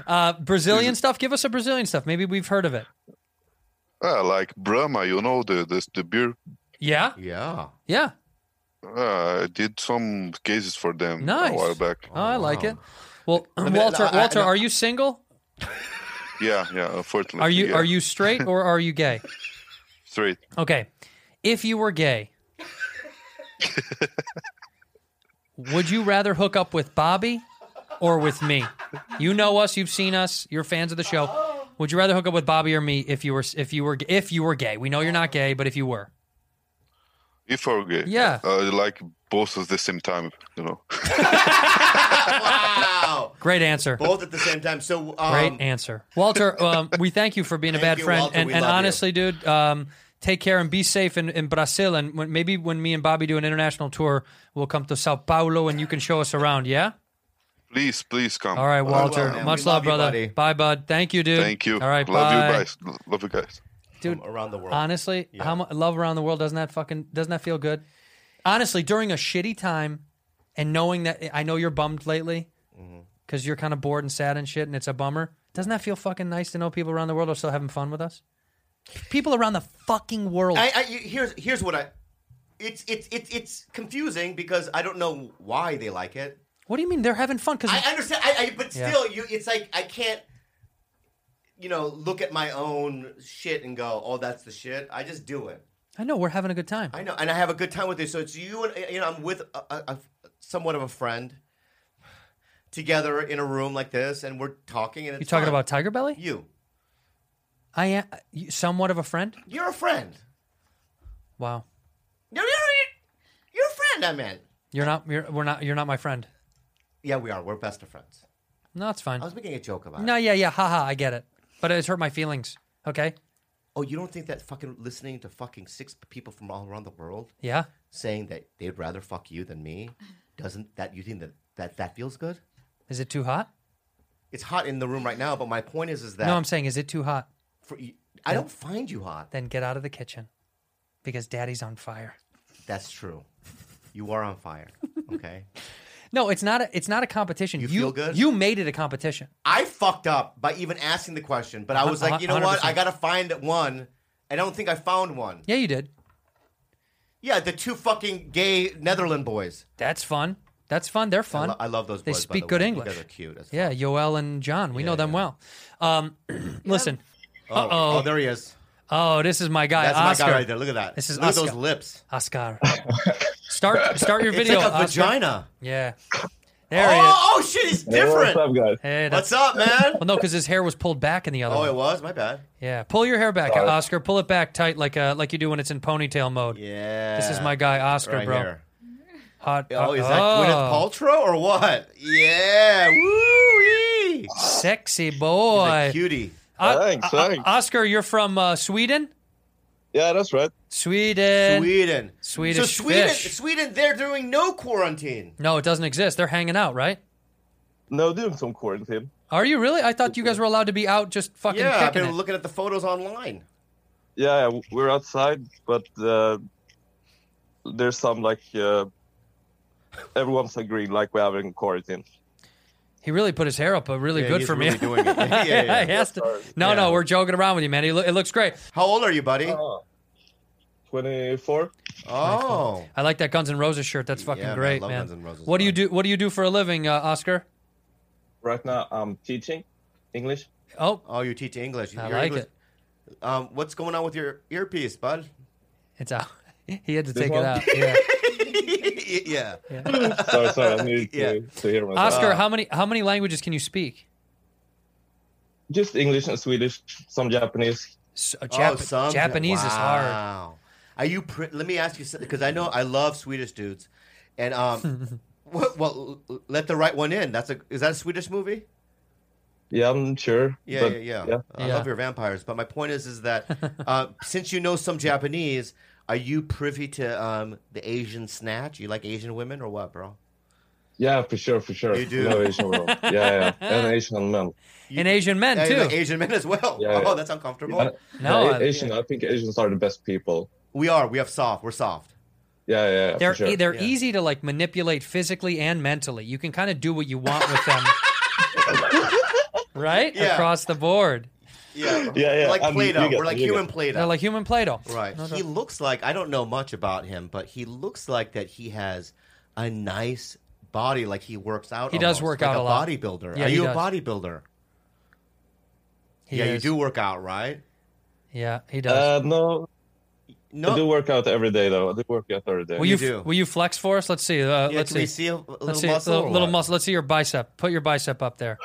uh, Brazilian stuff. Give us a Brazilian stuff. Maybe we've heard of it. Uh, like Brahma, you know the the, the beer. Yeah. Yeah. Yeah. Uh, I did some cases for them Nice. a while back. Um, Oh, I like it. Well, me- Walter, I- I- Walter, I- are you single? Yeah, yeah. Unfortunately, Are you yeah. are you straight or are you gay? straight? Okay. If you were (laughs) gay, would you rather hook up with Bobby or with me? You know us, you've seen us, you're fans of the show. Would you rather hook up with Bobby or me if you were if you were if you were gay? We know you're not gay, but if you were. If I'm gay, Yeah. uh, like both at the same time, you know. Wow. Great answer. Both at the same time. So, um, Great answer, Walter. Um, we thank you for being a Thank bad you, friend, Walter. and, We and love you. honestly, dude, um, take care and be safe in, in Brazil. And when, maybe when me and Bobby do an international tour, we'll come to Sao Paulo and you can show us around. Yeah. Please, please come. All right, Walter. Much love, brother. Bye, bud. Thank you, dude. Thank you. All right, love bye. you guys. Lo- Love you guys. dude. around the world. Honestly, how much love around the world doesn't that fucking doesn't that feel good? Honestly, during a shitty time, and knowing that I know you're bummed lately Mm-hmm. because you're kind of bored and sad and shit, and it's a bummer. Doesn't that feel fucking nice to know people around the world are still having fun with us? People around the fucking world. I, I, here's here's what I. It's it's it's it's confusing because I don't know why they like it. what do you mean they're having fun? Because I understand, I, I, but Yeah. still, you. It's like I can't, you know, look at my own shit and go, "Oh, that's the shit." I just do it. I know we're having a good time. I know, and I have a good time with you. So it's you and you know, I'm with a, a, a somewhat of a friend together in a room like this, and we're talking. And You it's talking fun. about Tiger Belly? You. I am you- somewhat of a friend. You're a friend. Wow, No, you're you're- you're a friend. I meant. you're not. You're, we're not. You're not my friend. Yeah, we are. We're best of friends. No, it's fine. I was making a joke about No, it. yeah, yeah, haha, I get it, but it's hurt my feelings. Okay, Oh, you don't think that fucking listening to fucking six people from all around the world yeah. saying that they'd rather fuck you than me doesn't that you think that that, that feels good? Is it too hot? It's hot in the room right now, but my point is is that No, I'm saying, is it too hot? for, I don't find you hot. Then get out of the kitchen, because Daddy's on fire. That's true. You are on fire. Okay. No, it's not. A, it's not a competition. You, feel good? You made it a competition. I fucked up by even asking the question, but I Uh-huh, was like, you know what? I 100%. gotta find one. I don't think I found one. Yeah, you did. Yeah, the two fucking gay Netherland boys. That's fun. That's fun. They're I, fun. lo- I love those. they boys, by speak the good way. English. You guys are cute. As yeah, Yoel and John. We know them well. Um, (clears throat) listen. Oh, Uh oh. oh, there he is. Oh, this is my guy. That's Oscar. my guy right there. Look at that. This is Look at Oscar. those lips. Oscar. Start start your (laughs) It's video. like a Oscar. vagina. Yeah. There he is. oh, oh shit, it's different. guys? Hey, that's- What's up, man? Well, no, because his hair was pulled back in the other. Oh, one. it was. My bad. Yeah, pull your hair back, Sorry. Oscar. Pull it back tight, like uh, like you do when it's in ponytail mode. Yeah. This is my guy, Oscar, Right bro. here. Hot. uh, Oh, is that Gwyneth Paltrow or what? Yeah. Woo! Sexy boy. cutie. O- Thanks, O- O- thanks. Oscar, you're from uh, Sweden. Yeah, that's right. Sweden. Sweden. Swedish so Sweden, fish. Sweden, they're doing no quarantine. No, it doesn't exist. They're hanging out, right? No, doing some quarantine. Are you really? I thought you guys were allowed to be out just fucking yeah, I've kicking been it. looking at the photos online. Yeah, yeah, we're outside, but uh, there's some like uh, everyone's agreeing like we have in quarantine. He really put his hair up, but really Yeah, good he's for me. really (laughs) doing it. Yeah, yeah, yeah. He has to- No, no, we're joking around with you, man. He lo- it looks great. How old are you, buddy? Oh, Twenty-four. Oh, I like that Guns N' Roses shirt. That's fucking Yeah, man, I great, love man. Guns N' Roses, what do you do? What do you do for a living, uh, Oscar? Right now, I'm um, teaching English. Oh, oh, you teach English. I Your like English- Um, what's going on with your earpiece, bud? It's out. (laughs) He had to This take one? it (laughs) (laughs) out. Yeah. yeah. sorry, sorry, (laughs) I need to, to hear myself. Oscar, how many how many languages can you speak? Just English and Swedish, some Japanese. uh, Oh, Jap- Japanese is hard. Oh, Wow. Are you? Pr- let me ask you something because I know I love Swedish dudes, and (laughs) um, well, well, let the right one in. That's a is that a Swedish movie? Yeah, I'm sure. Yeah, but, yeah, yeah, I love your vampires, but my point is, is that uh, since you know some Japanese, are you privy to um, the Asian snatch? You like Asian women or what, bro? Yeah, for sure, for sure. You do. No Asian women. Yeah, yeah, (laughs) and Asian men. and Asian men Yeah, you too. like Asian men as well. Yeah, yeah. Oh, that's uncomfortable. No, Asian. I think Asians are the best people. We are. We have soft. We're soft. Yeah, yeah. yeah, They're e, for sure. they're easy to like manipulate physically and mentally. You can kind of do what you want with (laughs) them. right? Yeah. Across the board. (laughs) Yeah, yeah, We're like Plato. We're like human Plato. They're like human Plato. Right. No he doubt. looks like I don't know much about him, but he looks like that he has a nice body. Like he works out. He does almost, work like out a a lot. Bodybuilder. Yeah, Are he you does. a bodybuilder? He yeah, is. you do work out, right? Yeah, he Uh, does. no. No. I do work out every day, though. I do work out every day. will you, f- will you flex for us? Let's see. Uh, Yeah, let's can see. we see a- a let's little see muscle little, or little what? muscle. Let's see your bicep. Put your bicep up there.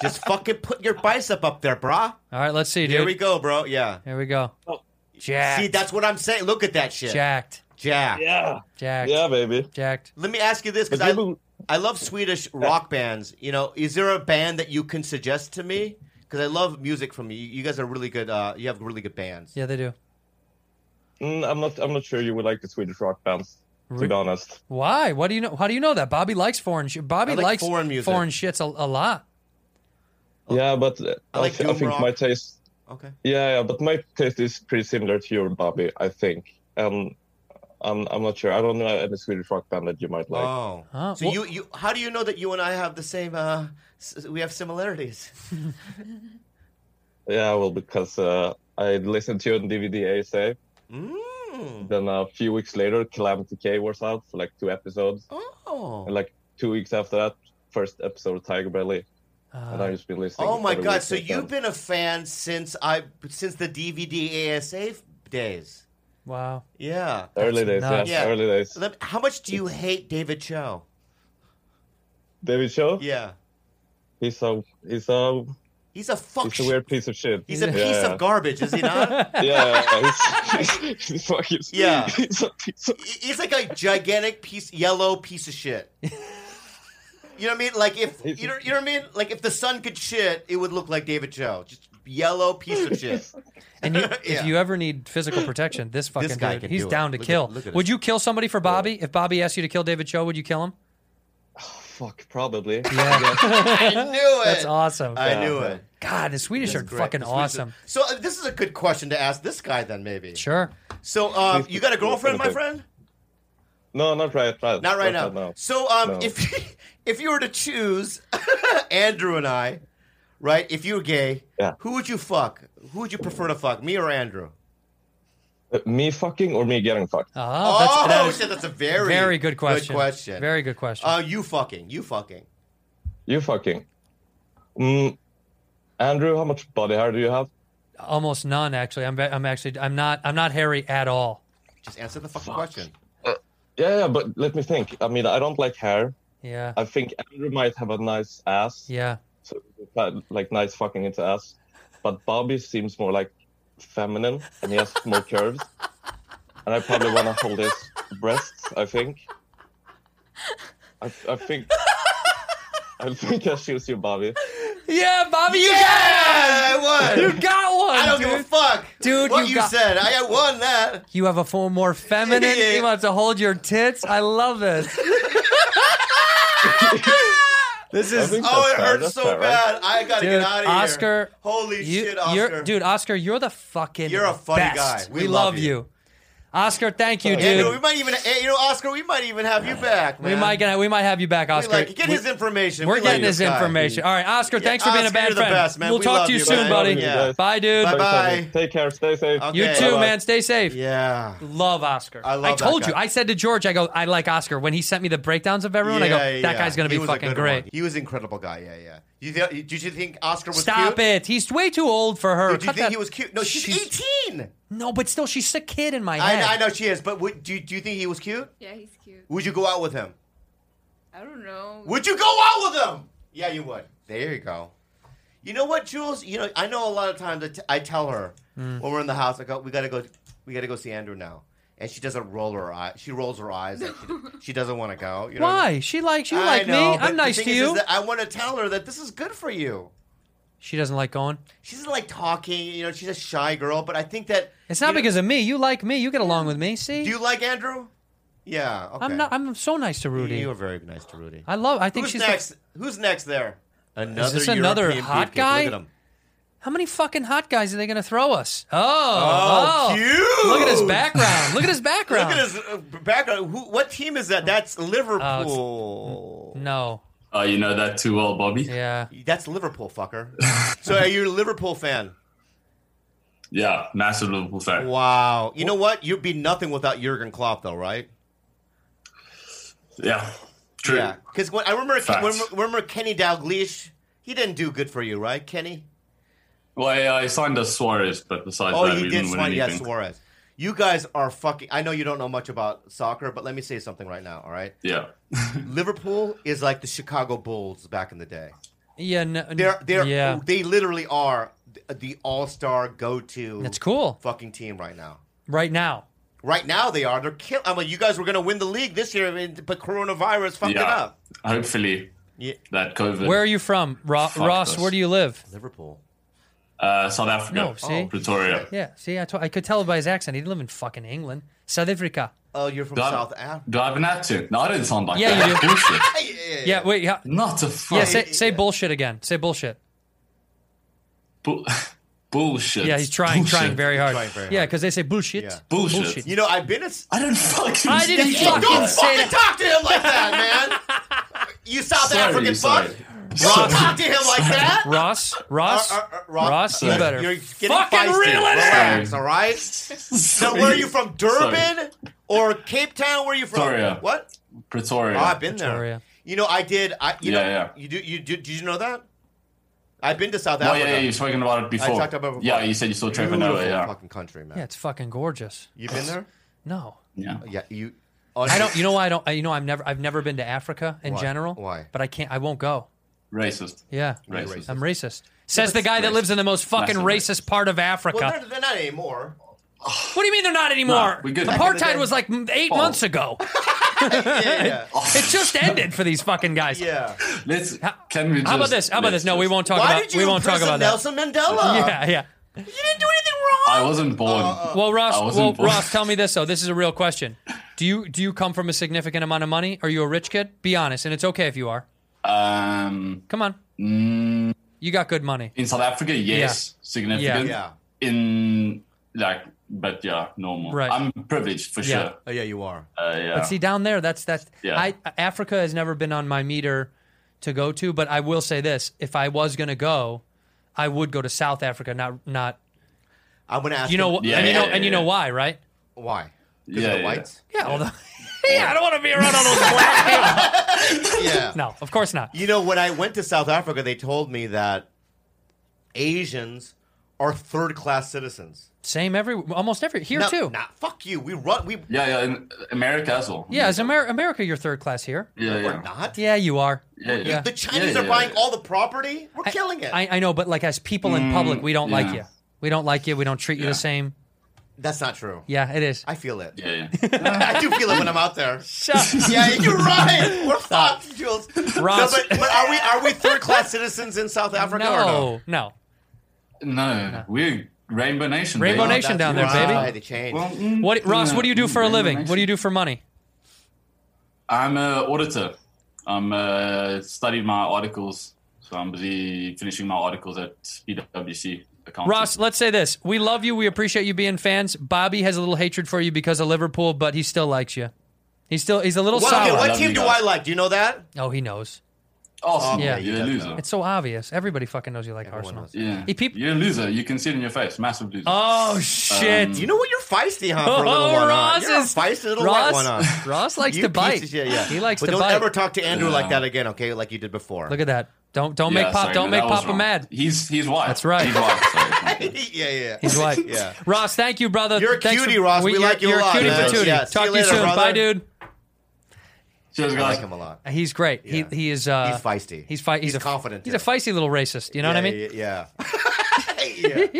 Just fucking put your bicep up there, brah. All right, let's see, dude. Here we go, bro. Yeah. Here we go. Jacked. See, that's what I'm saying. Look at that shit. Jacked. Jacked. Yeah. Jacked. Yeah, baby. Jacked. Let me ask you this because I, I love Swedish rock bands. You know, is there a band that you can suggest to me? Because I love music from you. You guys are really good. Uh, you have really good bands. Yeah, they do. Mm, I'm not. I'm not sure you would like the Swedish rock bands. To Re- be honest, Why? What do you know? How do you know that? Bobby likes foreign. Sh- Bobby I like likes foreign music. foreign shits a, a lot. yeah, but uh, I, like thi- I doom think rock. my taste. Okay. Yeah, yeah, but my taste is pretty similar to your, Bobby. I think. Um, I'm. I'm not sure. I don't know any Swedish rock band that you might like. Oh. so you, you, how do you know that you and I have the same? Uh, s- we have (laughs) similarities. Mm. Yeah, well, because uh, I listened to you on DVD ASA. Mm. Then a few weeks later, Calamity K was out for like two episodes. Oh. And like two weeks after that, first episode of Tiger Belly. and Uh, I've just been listening. Oh my every god! week So since you've then. been a fan since I since the DVD ASA days. Wow. Yeah. Early days, That's nuts. yeah, early days. Let- How much do you hate David Cho? David Cho? Yeah. He's a he's a He's a fuck. he's a weird piece of shit. He's a piece of garbage, is he (laughs) not? yeah, yeah, he's, (laughs) he's, he's fucking (laughs) Yeah. He's a piece of He- He's like a gigantic piece, yellow piece of shit. You know what I mean? Like if you know, you know what I mean? Like if the sun could shit, it would look like David Cho, just yellow piece of shit. And you, if (laughs) Yeah. you ever need physical protection, this fucking guy dude, can he's do it. down to Look at- kill. look at would this. you kill somebody for Bobby? If Bobby asked you to kill David Cho, would you kill him? fuck, probably. Yeah. (laughs) I knew it. That's awesome. I knew it. God, the Swedish That's are great. fucking This was- awesome. So uh, this is a good question to ask this guy then, maybe. Sure. So um, you got a girlfriend, my friend? No, not right, right. Not right now. No. So um, No. if if you (laughs) were to choose (laughs) Andrew and I, right? If you were gay, who would you fuck? Who would you prefer to fuck, me or Andrew? Uh, me fucking or me getting fucked? Oh, that's, oh, that is shit, that's a very very good question. Good question. Very good question. Uh, you fucking, you fucking. You fucking. Mm, Andrew, how much body hair do you have? Almost none, actually. I'm, ve- I'm actually, I'm not, I'm not hairy at all. Just answer the fucking question. Yeah, yeah, but let me think. I mean, I don't like hair. Yeah. I think Andrew might have a nice ass. Yeah. So that, like nice fucking into ass. But Bobby seems more like feminine and he has more curves. And I probably want to hold his breasts, I think. I, I think. I think I choose you, Bobby. Yeah, Bobby, you Yeah, got I won. You got one. I don't dude. give a fuck, Dude, What you you, got- said, I won that. You have a full more feminine. He wants to hold your tits. I love (laughs) this. this I is think that's Oh, it fair. hurts That's so fair, right? bad. I gotta get Dude, outta here. Oscar, Holy shit, You're, Oscar. dude, Oscar, you're the fucking. You're a funny best. guy. We love love you. Oscar, thank you, dude. Andrew, we might even, eh, you know, Oscar, we might even have you back, man. We might get we might have you back, Oscar. like- get his information. We're We like getting this his guy. information. All right, Oscar. Yeah, Thanks for being a Oscar, bad you're the friend. best, man. We'll We talk love to you, you, soon, man. buddy. Yeah. Bye, dude. Bye-bye. Take care. Stay safe. You Okay. too, Bye-bye. man. Stay safe. Yeah. Love Oscar. I love I that told guy. you. I said to George, I go, I like Oscar. When he sent me the breakdowns of everyone, I go, Yeah, that yeah. guy's going He to be was a fucking good great. one. He was an incredible guy. Yeah, yeah. You th- did you think Oscar was Stop cute? it. He's way too old for her. Dude, do you Cut think that- he was (laughs) cute? No, she's, 18. No, but still, she's a kid in my I, head. I know she is, but would, do, you- do you think he was cute? Yeah, he's cute. Would you go out with him? I don't know. Would you go out with him? Yeah, you would. There you go. You know what, Jules? You know, I know a lot of times I, t- I tell her Mm. when we're in the house, I go, we gotta go, we gotta go see Andrew now, and she doesn't roll her eye. She rolls her eyes. Like she, she doesn't want to go. You know what I Why? mean? She likes you, I like know, me. but I'm the nice thing to is- you. is that I want to tell her that this is good for you. she doesn't like going. She doesn't like talking. You know, she's a shy girl. But I think that It's not because of me. You like me. You get along with me. See, do you like Andrew? Yeah, okay. I'm not. I'm so nice to Rudy. You are very nice to Rudy. I love. I think Who's she's the- next? Who's next there? Another this another European hot beefcake. guy? Look at him. How many fucking hot guys are they going to throw us? Oh, Oh, oh. cute. Look at his background. Look at his background. (laughs) Look at his uh, background. Who, what team is that? That's Liverpool. Uh, no. Oh, you know that too well, Bobby. Yeah. That's Liverpool, fucker. so are you a Liverpool (laughs) fan? Yeah, massive Liverpool fan. Wow. You know what? You'd be nothing without Jurgen Klopp, though, right? Yeah, true. Yeah. Because I remember, Facts. remember, remember Kenny Dalglish. He didn't do good for you, right, Kenny? Well, yeah, I signed us Suarez, but besides Oh, that, you we did didn't win sign, yeah, anything. Suarez. You guys are fucking. I know you don't know much about soccer, but let me say something right now. All right. (laughs) Yeah. Liverpool is like the Chicago Bulls back in the day. Yeah, no, They're they're yeah. they literally are th- the all star go to. That's cool. Fucking team right now. Right now, Right now they are. They're kill. I'm like, you guys were gonna win the league this year, and- but coronavirus fucked it yeah. up. Hopefully, Yeah. that COVID. where are you from, Ro- Fuck Ross? us. Where do you live? Liverpool. Uh, South Africa. No, see? Pretoria. Yeah, see, I, to- I could tell by his accent. He didn't live in fucking England, South Africa. Oh, you're from Do I- South Africa. Do I have an accent? No, I don't sound like Yeah, that. you do. Bullshit. (laughs) Yeah, wait, yeah. Not a fuck. Yeah, say, say bullshit again. Say bullshit. Bu- bullshit. Yeah, he's trying, Bullshit. trying very hard. yeah, because they say bullshit. Bullshit. You know, I've been. A, I didn't fucking. I didn't You don't fucking say fucking that. talk to him like that, (laughs) man. You South Sorry, African sorry. fuck. Don't talk to him like that. Uh, Ross, Ross, Ross, you Sorry. better You're getting fucking feisty. reel it Relax, in. all right? Now, where are you from? Durban or Cape Town? Where are you from? Pretoria. What? Pretoria. Oh, I've been Pretoria. there. You know, I did. I you Yeah, know, yeah. You do. You do. Did you know that? I've been to South Oh, Africa. yeah, yeah, you've spoken about it before. I talked about it before. Yeah, you said you saw Trevor Noah, Beautiful yeah. fucking country, man. Yeah, it's fucking gorgeous. You've been there? No. Yeah. Yeah. You. (sighs) I don't. You know why I don't. I- You know I've never. I've never been to Africa in Why? general. Why? But I can't. I won't go. Racist. Yeah. Racist. I'm racist. Says the guy that lives in the most fucking Massive racist part of Africa. Well, they're, they're not anymore. what do you mean they're not anymore? No, we good. Back in the Apartheid day. was like m- eight Oh. months ago. (laughs) it just ended for these fucking guys. Yeah. Let's. Can we? Just, How about this? How about let's this? No, we just- won't talk about. we won't talk about Nelson that. (laughs) Mandela? Yeah, yeah. I wasn't born. Well, I Ross, wasn't well, born. Ross, tell me this though. This is a real question. Do you do you come from a significant amount of money? Are you a rich kid? Be honest, and it's okay if you are. Oh. Um, Come on, you got good money. mm. in South Africa, yes, significant. Yeah. In like, but yeah, normal. Right. I'm privileged for Yeah. sure. Oh yeah, you are. Uh, yeah. But see, down there, that's that's. Yeah. I Africa has never been on my meter to go to, but I will say this: if I was gonna go, I would go to South Africa, not not. I'm gonna ask You know, him- wh- and you know, and you know why, right? Why? 'Cause Yeah, of the yeah. whites. Yeah, although, (laughs) yeah, I don't want to be around all (laughs) those black Yeah. No, of course not. You know, when I went to South Africa, they told me that Asians are third class citizens. Same every, almost every here No, too. Nah, fuck you. We run. We Yeah, yeah. In America as well. Yeah, as Amer- America, you're third class here. Yeah, yeah. we're not. Yeah, you are. Yeah, yeah. The Chinese Yeah, yeah, are buying yeah. all the property. We're killing it. I, I know, but like as people in Mm, public, we don't like yeah. you. We don't like you. We don't treat you the same. That's not true. Yeah, it is. I feel it. Yeah, (laughs) I do feel it when I'm out there. Shut (laughs) up. Yeah, you're right. We're fucked, Jules. No, Ross. but, but are we are we third class citizens in South Africa or no? no, no. No, we're Rainbow Nation. Rainbow baby. Nation down there, right. baby. They changed. Well, mm, What, Ross? yeah, What do you do mm, for a Rainbow living? What Nation. do you do for money? I'm an auditor. I'm uh, studied my articles, so I'm busy finishing my articles at PwC. accounting. Ross, let's say this: we love you. We appreciate you being fans. Bobby has a little hatred for you because of Liverpool, but he still likes you. He's still he's a little Well, okay, sour. what love team you do guys. Oh. I like? Do you know that? Oh, he knows. Awesome. Yeah. you're a Yeah, loser. It's so obvious. Everybody fucking knows you like Arsenal. Yeah, He peep- you're a loser. You can see it in your face. Massive loser. Um, Oh shit! You know what? You're feisty, huh? For a (laughs) little Oh, one, Ross huh? You're a is- feisty little Ross- white one, (laughs) (laughs) huh? Ross likes You to bite. pieces, yeah, yeah. He likes but to don't bite. ever talk to Andrew like Yeah. that again, okay? Like you did before. Look at that. Don't don't make Yeah, pop sorry, don't no, make that was Papa wrong. mad. He's he's white. That's right. He's white. sorry. (laughs) yeah, yeah. He's white. Yeah. Ross, thank you, brother. You're a Thanks cutie, Ross. We you're- like you a you're lot, cutie man. patootie. Yeah, see Talk you to you later, soon. brother. Bye, dude. Cheers, I guys. like him a lot. He's great. He he is. Uh, He's feisty. He's fi- He's, He's a, confident, He's a too. feisty little racist. You know yeah, what I mean? Yeah. yeah. (laughs)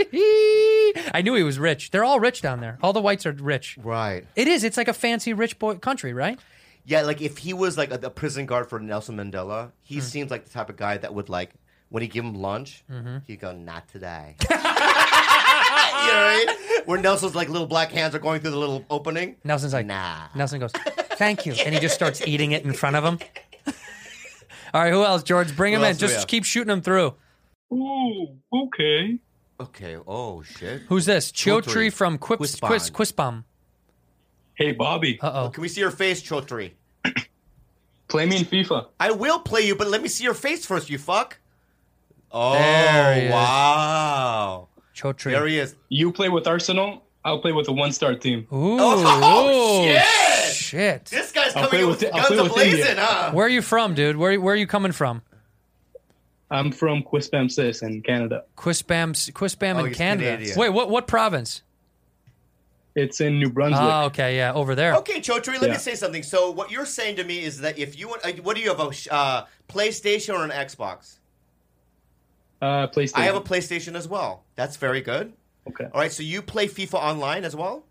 yeah. I knew he was rich. They're all rich down there. All the whites are rich. Right. It is. It's like a fancy rich boy country, right? Yeah, like if he was like a, a prison guard for Nelson Mandela, Hmm. he seems like the type of guy that would like when he give him lunch, Mm-hmm. he'd go, "Not today." you know what I mean? (laughs) Where Nelson's like little black hands are going through the little opening. Nelson's like, Nah. Nelson goes, thank you, and he just starts eating it in front of him. (laughs) all right, who else? George, bring Who him in. else do we Just have? keep shooting him through. Ooh, okay. Okay. Oh shit. Who's this? Chotri. Chotri from Quips, Quispon. Quis, Quispom. Hey, Bobby, Uh oh. Can we see your face, Chotri? (clears throat) play me in FIFA. I will play you, but let me see your face first, you fuck. Oh There he is. wow. Chotri. There he is. You play with Arsenal. I'll play with a one-star team. Ooh, (laughs) Oh, shit! shit. This guy's I'll coming play in with with it- I'll guns play a with India. blazing, huh? Where are you from, dude? Where where are you coming from? I'm from Quispam Sis in Canada. Quispam, Quispam Oh, in he's Canada. Canadian. Wait, what what province? It's in New Brunswick. Oh, okay, yeah, over there. Okay, Chotri, let me Yeah. say something. So, what you're saying to me is that if you want, uh, what do you have, a sh- uh, PlayStation or an Xbox? Uh, PlayStation. I have a PlayStation as well. That's very good. Okay. All right, so you play FIFA online as well?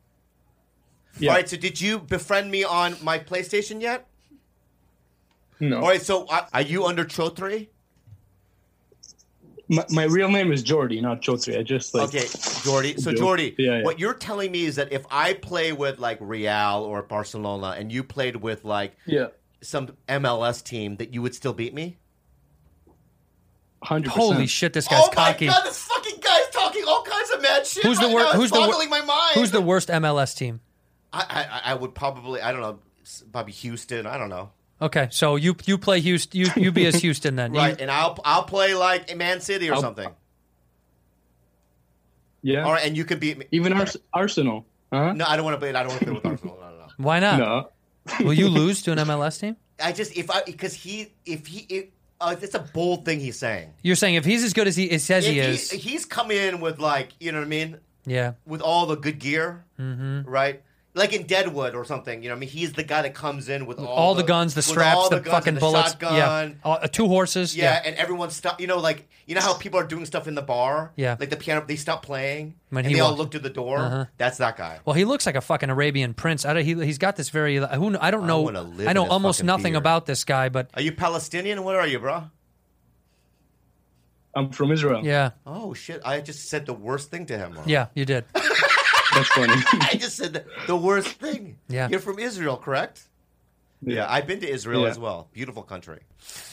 Yeah. All right, so did you befriend me on my PlayStation yet? No. All right, so uh, are you under Chotri? My, my real name is Jordy, not Chotri. I just like okay, Jordy. So, Joke. Jordy, Yeah, yeah. what you're telling me is that if I play with like Real or Barcelona and you played with like Yeah. some MLS team, that you would still beat me? 100%. Holy shit, this guy's oh cocky. my (laughs) god, this fucking guy's talking all kinds of mad shit. Who's the right wor- now. It's who's the wor- boggling my mind. Who's the worst MLS team? I, I I would probably I don't know Bobby Houston. I (laughs) don't know. Okay, so you you play Houston, you you (laughs) be as Houston then. Right, and I'll I'll play like Man City or I'll- something. Yeah. All right, and you can beat me. Even Ars- Arsenal. Huh? No, I don't want to play. I don't want to play with Arsenal. No, no, no. Why not? No. Will you lose to an MLS team? I just if I because he if he if, uh, it's a bold thing he's saying. You're saying if he's as good as he as says If he is, he's coming in with like you know what I mean yeah. with all the good gear, Mm-hmm. right? Like in Deadwood or something. You know, what I mean, he's the guy that comes in with all, All, the, guns, the with straps, all the, guns and fucking the bullets. shotgun. Yeah, Uh, two horses. Yeah, and everyone stop. You know, like you know how people are doing stuff in the bar. Yeah. like the piano, they stop playing When and he they all walked- look to the door. Uh-huh. That's that guy. Well, he looks like a fucking Arabian prince. I don't, he, he's got this very. uh, Who kn- I don't know. wanna live know in his almost fucking nothing beard. about this guy, but Are you Palestinian? What are you, bro? I'm from Israel. yeah, Oh shit! I just said the worst thing to him. Ron. yeah, you (laughs) did. That's funny. I just said the, the worst thing. Yeah. you're from Israel, correct? Yeah, I've been to Israel Yeah. as well. Beautiful country.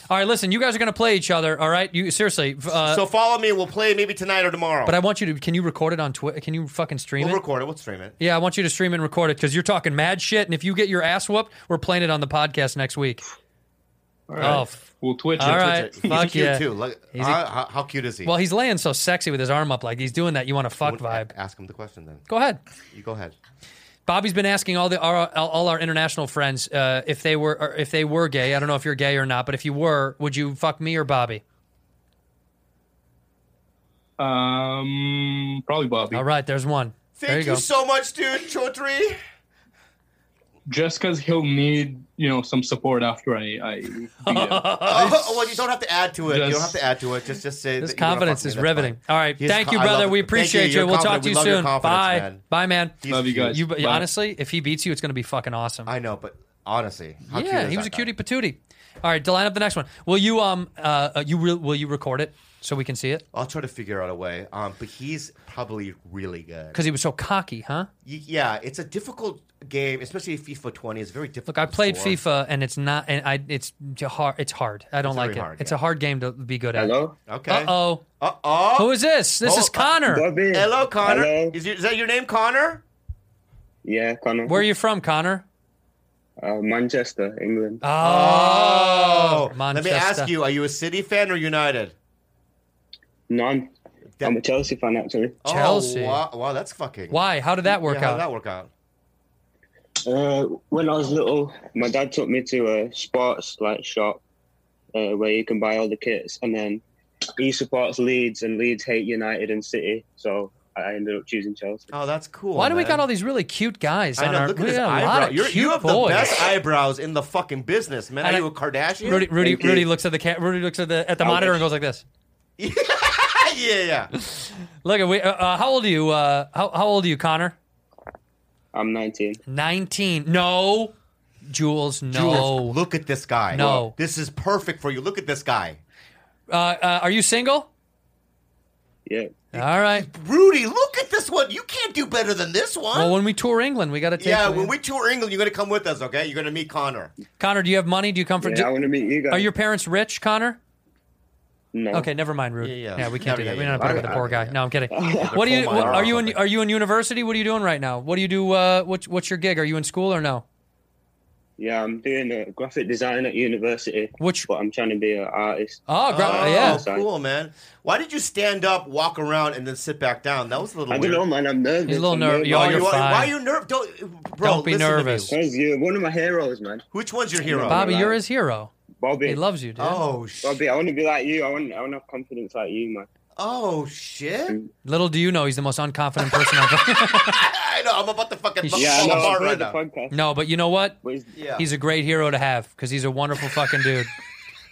All right, listen, you guys are gonna play each other. All right, you seriously. f- Uh, so follow me. We'll play maybe tonight or tomorrow. but I want you to. Can you record it on Twitter? Can you fucking stream we'll it? record it. We'll stream it. Yeah, I want you to stream and record it because you're talking mad shit. And if you get your ass whooped, we're playing it on the podcast next week. right. Oh, f- We'll Twitch All it. right, He's fuck cute yeah. too. Look, He's a- how, how- how cute is he? well, he's laying so sexy with his arm up like he's doing that. You want to fuck vibe? Ask him the question then. Go ahead. You go ahead. Bobby's been asking all the our, all our international friends uh, if they were or if they were gay. I don't know if you're gay or not, but if you were, would you fuck me or Bobby? Um, probably Bobby. All right, there's one. Thank there you, you, go. so much, (laughs) dude. Chotri. Just because he'll need, you know, some support after I. I (laughs) Oh, well, you don't have to add to it. you don't have Just- to add to it. Just, just say. This that you're gonna confidence fuck me. is That's riveting. fine. All right, He's thank co- you, I love brother. it. We Thank appreciate you. You're We'll talk confident. to We you love your soon. confidence, Bye, man. bye, man. He's Love you cute. guys. You, but Bye. honestly, if he beats you, it's going to be fucking awesome. I know, but honestly, how cute yeah, is he was a that guy? cutie patootie. All right, to line up the next one. Will you um uh uh, you re- will you record it so we can see it? I'll try to figure out a way. Um, but he's probably really good. Because he was so cocky, huh? Y- yeah, it's a difficult game, especially FIFA 20. It's very difficult. Look, I played for. FIFA and it's not and I it's j- hard. It's hard. I don't It's like very it. hard, It's a hard game to be good at. Hello? Okay. Uh oh. Uh oh. Who is this? This Oh, is uh, Connor. Hello, Connor. Hello. Is, your- is that your name, Connor? Yeah, Connor. Where are you from, Connor? Uh, Manchester, England. Oh, Let me ask you: Are you a City fan or United? No, I'm, I'm a Chelsea fan actually. Oh, wow, wow, that's fucking. Why? How did that work Yeah, How out? did that work out? Uh, when I was little, my dad took me to a sports like shop uh, where you can buy all the kits, and then he supports Leeds, and Leeds hate United and City, so I ended up choosing Chelsea. Oh, that's cool. Why do we man. got all these really cute guys? I on know. our, look we at his got a lot eyebrow. of You're- cute You have boys. the best eyebrows in the fucking business, man. And Are I- you a Kardashian? Rudy, Rudy, Rudy looks at the cat. Rudy looks at the at the I monitor wish. and goes like this. Oh, (laughs) yeah, yeah. (laughs) Look, we. Uh, uh, how old are you? Uh, how how old are you, Connor? I'm 19. 19. No, Jules. No. Jules, look at this guy. No. this is perfect for you. Look at this guy. Uh, uh, are you single? Yeah. All right. Rudy, look at this one. You can't do better than this one. Well, when we tour England, we got to take. yeah, when we tour England, you're gonna come with us, okay? You're gonna meet Connor. Connor, do you have money? Do you come from? Yeah, do- I wanna meet you guys. Are your parents rich, Connor? No. Okay, never mind, Rudy. Yeah, yeah. we can't do Yeah, that. yeah, We're yeah. not putting with Okay, the poor okay, guy. No, I'm kidding. (laughs) Yeah, what do you? they're What, coal are you miners in? Are you in university? What are you doing right now? What do you do? Uh, what, what's your gig? Are you in school or no? Yeah, I'm doing a graphic design at university. Which? Ah, But I'm trying to be an artist. Oh, Oh, cool, man. Why did you stand up, walk around, and then sit back down? That was a little. I don't weird. know, man. I'm nervous. He's a little I'm nervous. Yo, you're you are- fine. Why are you nervous? Don't, bro, Don't be listen to me. nervous. Because you're one of my heroes, man. Which one's your hero? Bobby, you're his hero. Bobby. He loves you, dude. Oh, Bobby, I want to be like you. I want, I want to have confidence like you, man. Oh shit! Little do you know, he's the most unconfident person (laughs) I've I know. I'm about to fucking He's fall shit. Yeah, I know, apart I've right heard now. No, but you know what? Yeah. He's a great hero to have because he's a wonderful fucking (laughs) dude.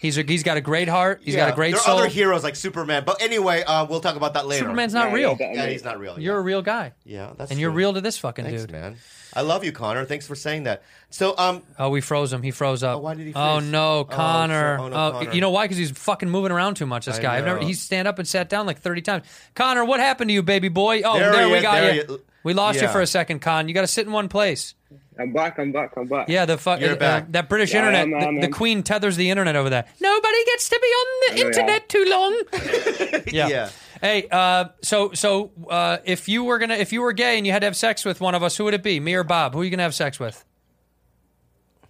He's a, he's got a great heart. He's got a great there soul. Are other heroes like Superman, but anyway, uh, we'll talk about that later. Superman's not real. Yeah, he's not real. You're a real guy. Yeah, that's and you're true. real to this fucking Thanks, dude. man. I love you, Connor. Thanks for saying that. So, um, oh, we froze him. He froze up. Oh, why did he Oh freeze? no, Oh, Connor. so- oh, no, Oh, Connor. You know why? Because he's fucking moving around too much. This I guy. I've never. know. He's stand up and sat down like thirty times. Connor, what happened to you, baby boy? Oh, There there, he we is, got there you. he is. We lost you Yeah. for a second, Con. You got to sit in one place. I'm back. I'm back. I'm back. Yeah, the fuck. You're uh, back. that British Yeah, I internet. am, I the- am, the I'm- Queen tethers the internet over (laughs) there. Nobody gets to be on the Yeah. internet too long. yeah. Hey, uh, so so uh, if you were gonna if you were gay and you had to have sex with one of us, who would it be? Me or Bob? Who are you gonna have sex with?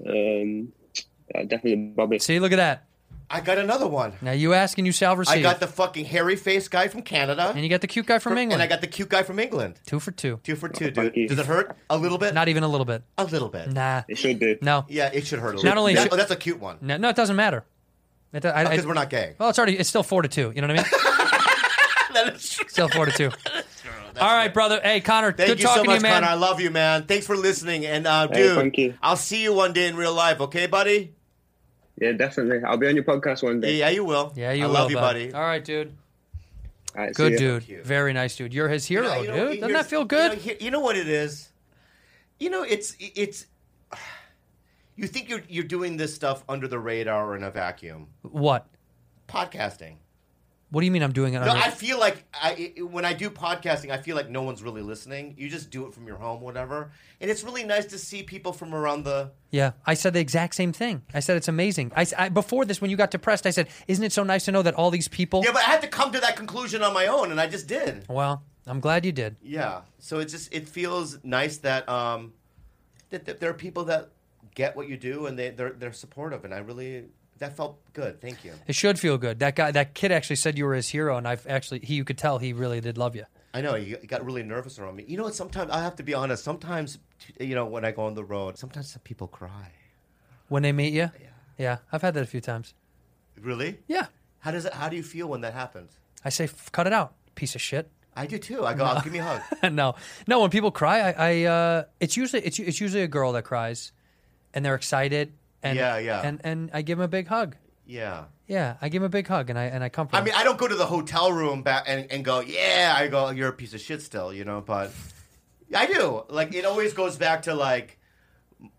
Um, uh, definitely Bobby. See, look at that. I got another one. Now you ask and you shall receive. I got the fucking hairy faced guy from Canada, and you got the cute guy from England. and I got the cute guy from England. Two for two. Two for two, dude. Does it hurt? a little bit. Not even a little bit. A little bit. Nah. It should do. No. Yeah, it should hurt a little. Not only That- should- oh, that's a cute one. No, no, it doesn't matter. Because Because Oh, we're not gay. Well, it's already it's still four to two. You know what I mean? (laughs) that is true. Still four to two. All right, brother. Hey, Connor. Thank good you talking so to much, you, man. Connor. I love you, man. Thanks for listening, and uh, Hey, dude, thank you. I'll see you one day in real life, okay, buddy? Yeah, definitely. I'll be on your podcast one day. Yeah, you will. Yeah, you I will, love you, bud. buddy. All right, dude. All right, see Good ya. dude. Very nice dude. You're his hero, You know- you know- dude. Doesn't here's- that feel good? You know, here- you know what it is. You know, it's it's. You think you're you're doing this stuff under the radar or in a vacuum? what? Podcasting. What do you mean I'm doing it? No, under- I feel like I i- when I do podcasting, I feel like no one's really listening. You just do it from your home, whatever, and it's really nice to see people from around the. Yeah, I said the exact same thing. I said it's amazing. I, s- I- before this, when you got depressed, I said, "Isn't it so nice to know that all these people?" Yeah, but I had to come to that conclusion on my own, and I just did. (laughs) well, I'm glad you did. Yeah, so it's just it feels nice that um that, that there are people that get what you do and they they're they're supportive, and I really that felt good. Thank you. It should feel good. That guy, that kid, actually said you were his hero, and I've actually he, you could tell he really did love you. I know you got really nervous around me. You know what? Sometimes I have to be honest. Sometimes you know when I go on the road, sometimes some people cry. When they meet you, yeah, I've had that a few times. Really? Yeah. How does it? How do you feel when that happens? I say, "F- "Cut it out, piece of shit." I do too. I go, No. "Oh, give me a (laughs) (laughs) hug. no, no. When people cry, I, I uh, it's usually it's it's usually a girl that cries, and they're excited. And, Yeah, yeah. And and I give them a big hug. Yeah. Yeah, I give them a big hug, and I and I comfort. I mean, I don't go to the hotel room back and, and go, yeah. I go, you're a piece of shit still, you know. But I do. Like it always goes back to like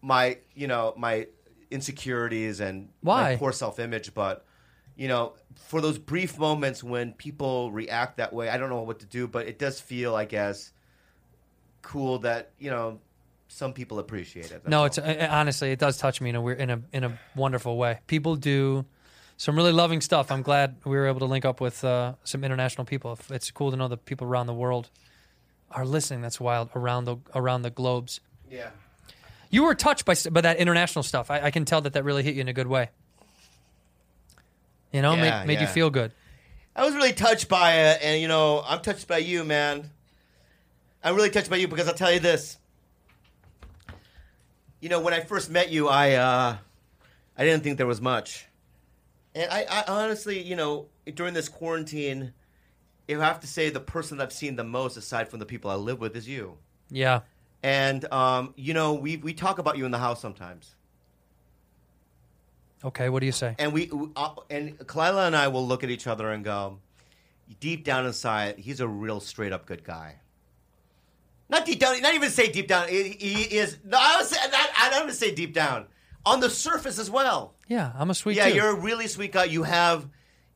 my, you know, my insecurities and Why? my poor self image. But you know, for those brief moments when people react that way, I don't know what to do. But it does feel, I guess, cool that you know some people appreciate it. No, it's uh, honestly, it does touch me in a weird, in a in a wonderful way. People do some really loving stuff. I'm glad we were able to link up with uh, some international people. If- It's cool to know that people around the world are listening. That's wild around the around the globes. Yeah. You were touched by s- by that international stuff. I, I can tell that that really hit you in a good way. You know, Yeah, made, made you yeah. feel good. I was really touched by it, and you know, I'm touched by you, man. I'm really touched by you because I'll tell you this. You know, when I first met you, I uh, I didn't think there was much, and I, I honestly, you know, during this quarantine, if I have to say the person I've seen the most, aside from the people I live with, is you. Yeah, And um, you know, we we talk about you in the house sometimes. Okay, what do you say? And we we- uh, and Kalila and I will look at each other and go, deep down inside, he's a real straight up good guy. Not deep down, not even say deep down. He, he is. No, I was. Not, I don't want to say deep down. On the surface as well. Yeah, I'm a Oh, sweet. yeah, dude. you're a really sweet guy. You have,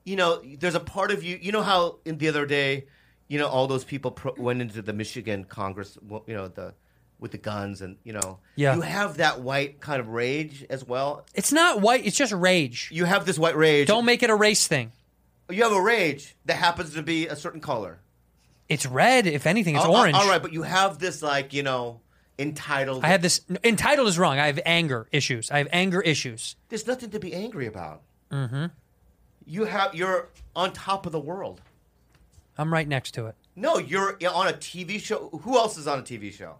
you know, there's a part of you. You know how in the other day, you know, all those people pro- went into the Michigan Congress. well, You know the. With the guns and you know, Yeah. you have that white kind of rage as well. It's not white. It's just rage. You have this white rage. Don't make it a race thing. You have a rage that happens to be a certain color. It's red. If anything, it's Oh, All- all- orange. All right, but you have this like you know entitled. I have this entitled is wrong. I have anger issues. I have anger issues. There's nothing to be angry about. Mm-hmm. You have you're on top of the world. I'm right next to it. No, you're on a TV show. Who else is on a TV show?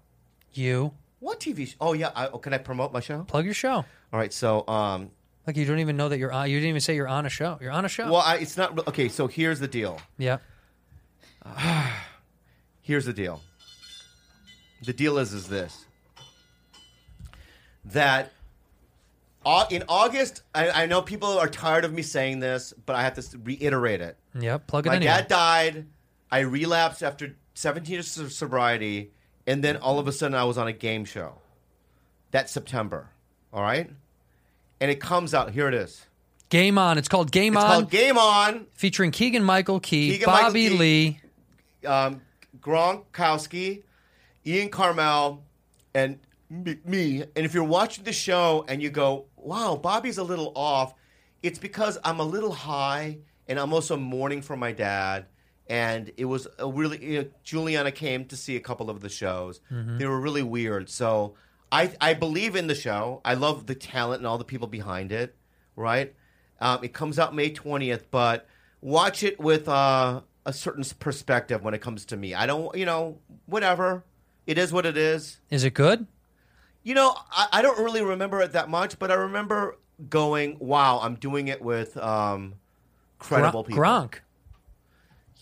You What TV show? Oh yeah, I, oh, can I promote my show? plug your show. All right, so um, Like you don't even know that you're on. You didn't even say you're on a show. You're on a show. Well, I, it's not okay. So here's the deal. Yeah. (sighs) here's the deal. The deal is is this that au- in August, I, I know people are tired of me saying this, but I have to s- reiterate it. Yep. Plug it My in. dad died. I relapsed after 17 years of sobriety, and then all of a sudden I was on a game show. That September, all right, and it comes out. Here it is. Game on. It's called Game It's on. called Game On. Featuring Keegan Michael Key, Keegan-Michael Bobby Key. Lee. um, Gronkowski, Ian Carmel, and m- me. And if you're watching the show and you go, "Wow, Bobby's a little off," it's because I'm a little high, and I'm also mourning for my dad. And it was a really you know, Juliana came to see a couple of the shows. Mhm. They were really weird. So I I believe in the show. I love the talent and all the people behind it. Right. Um, it comes out May twentieth, but watch it with uh, a certain s- perspective when it comes to me. I don't, you know, whatever. It is what it is. Is it good? You know, I, I don't really remember it that much, but I remember going, "Wow, I'm doing it with um, credible Gron- people." Gronk.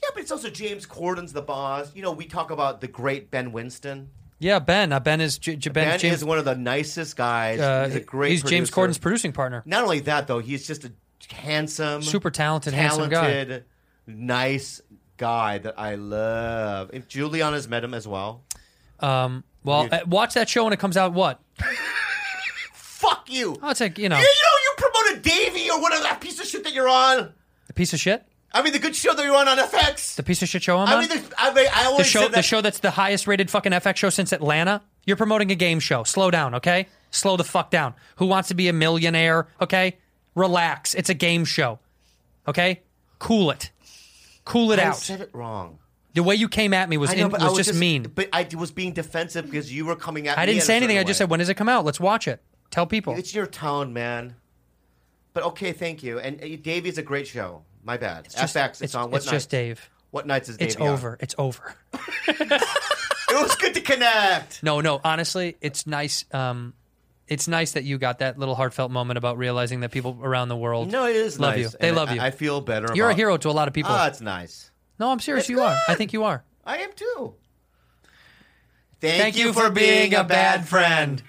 Yeah, but it's also James Corden's the boss. You know, we talk about the great Ben Winston. Yeah, Ben. Uh, ben is J- J- Ben, Ben James. is one of the nicest guys. uh, he's a great. he's James producer. Corden's producing partner. Not only that, though, he's just a handsome, Super talented, handsome guy. talented, nice guy that I love. If Juliana's met him as well, Um, well, You- uh, watch that show when it comes out. What? (laughs) fuck you. I'll take you know You, you know, you promoted Davey or whatever that piece of shit that you're on. the piece of shit. I mean, the good show that you're on on FX. The piece of shit show I'm I on. mean, the, I mean, I the always show, said that. the show that's the highest rated fucking FX show since Atlanta. You're promoting a game show. Slow down, okay? Slow the fuck down. Who wants to be a millionaire? Okay, relax. It's a game show. Okay, cool it, cool it I out. said it wrong. The way you came at me was I know, in, but was, I just, mean. But I was being defensive because you were coming at me. I didn't in a say anything. certain I just way. said, when does it come out? Let's watch it. Tell people. It's your tone, man. But okay, thank you. And uh, Davey's a great show. My bad. It's just- FX. It's, it's- on what it's just nights? Dave. What nights is It's Davey on? over. It's over. It was good to connect. No, no. Honestly, it's nice. Um, it's nice that you got that little heartfelt moment about realizing that people around the world. No, it is love nice, you. They and love I- you. I feel better You're a about- hero to a lot of people. Ah, it's nice. no, I'm serious. you are. I think you are. I am too. Thank you for being a bad friend.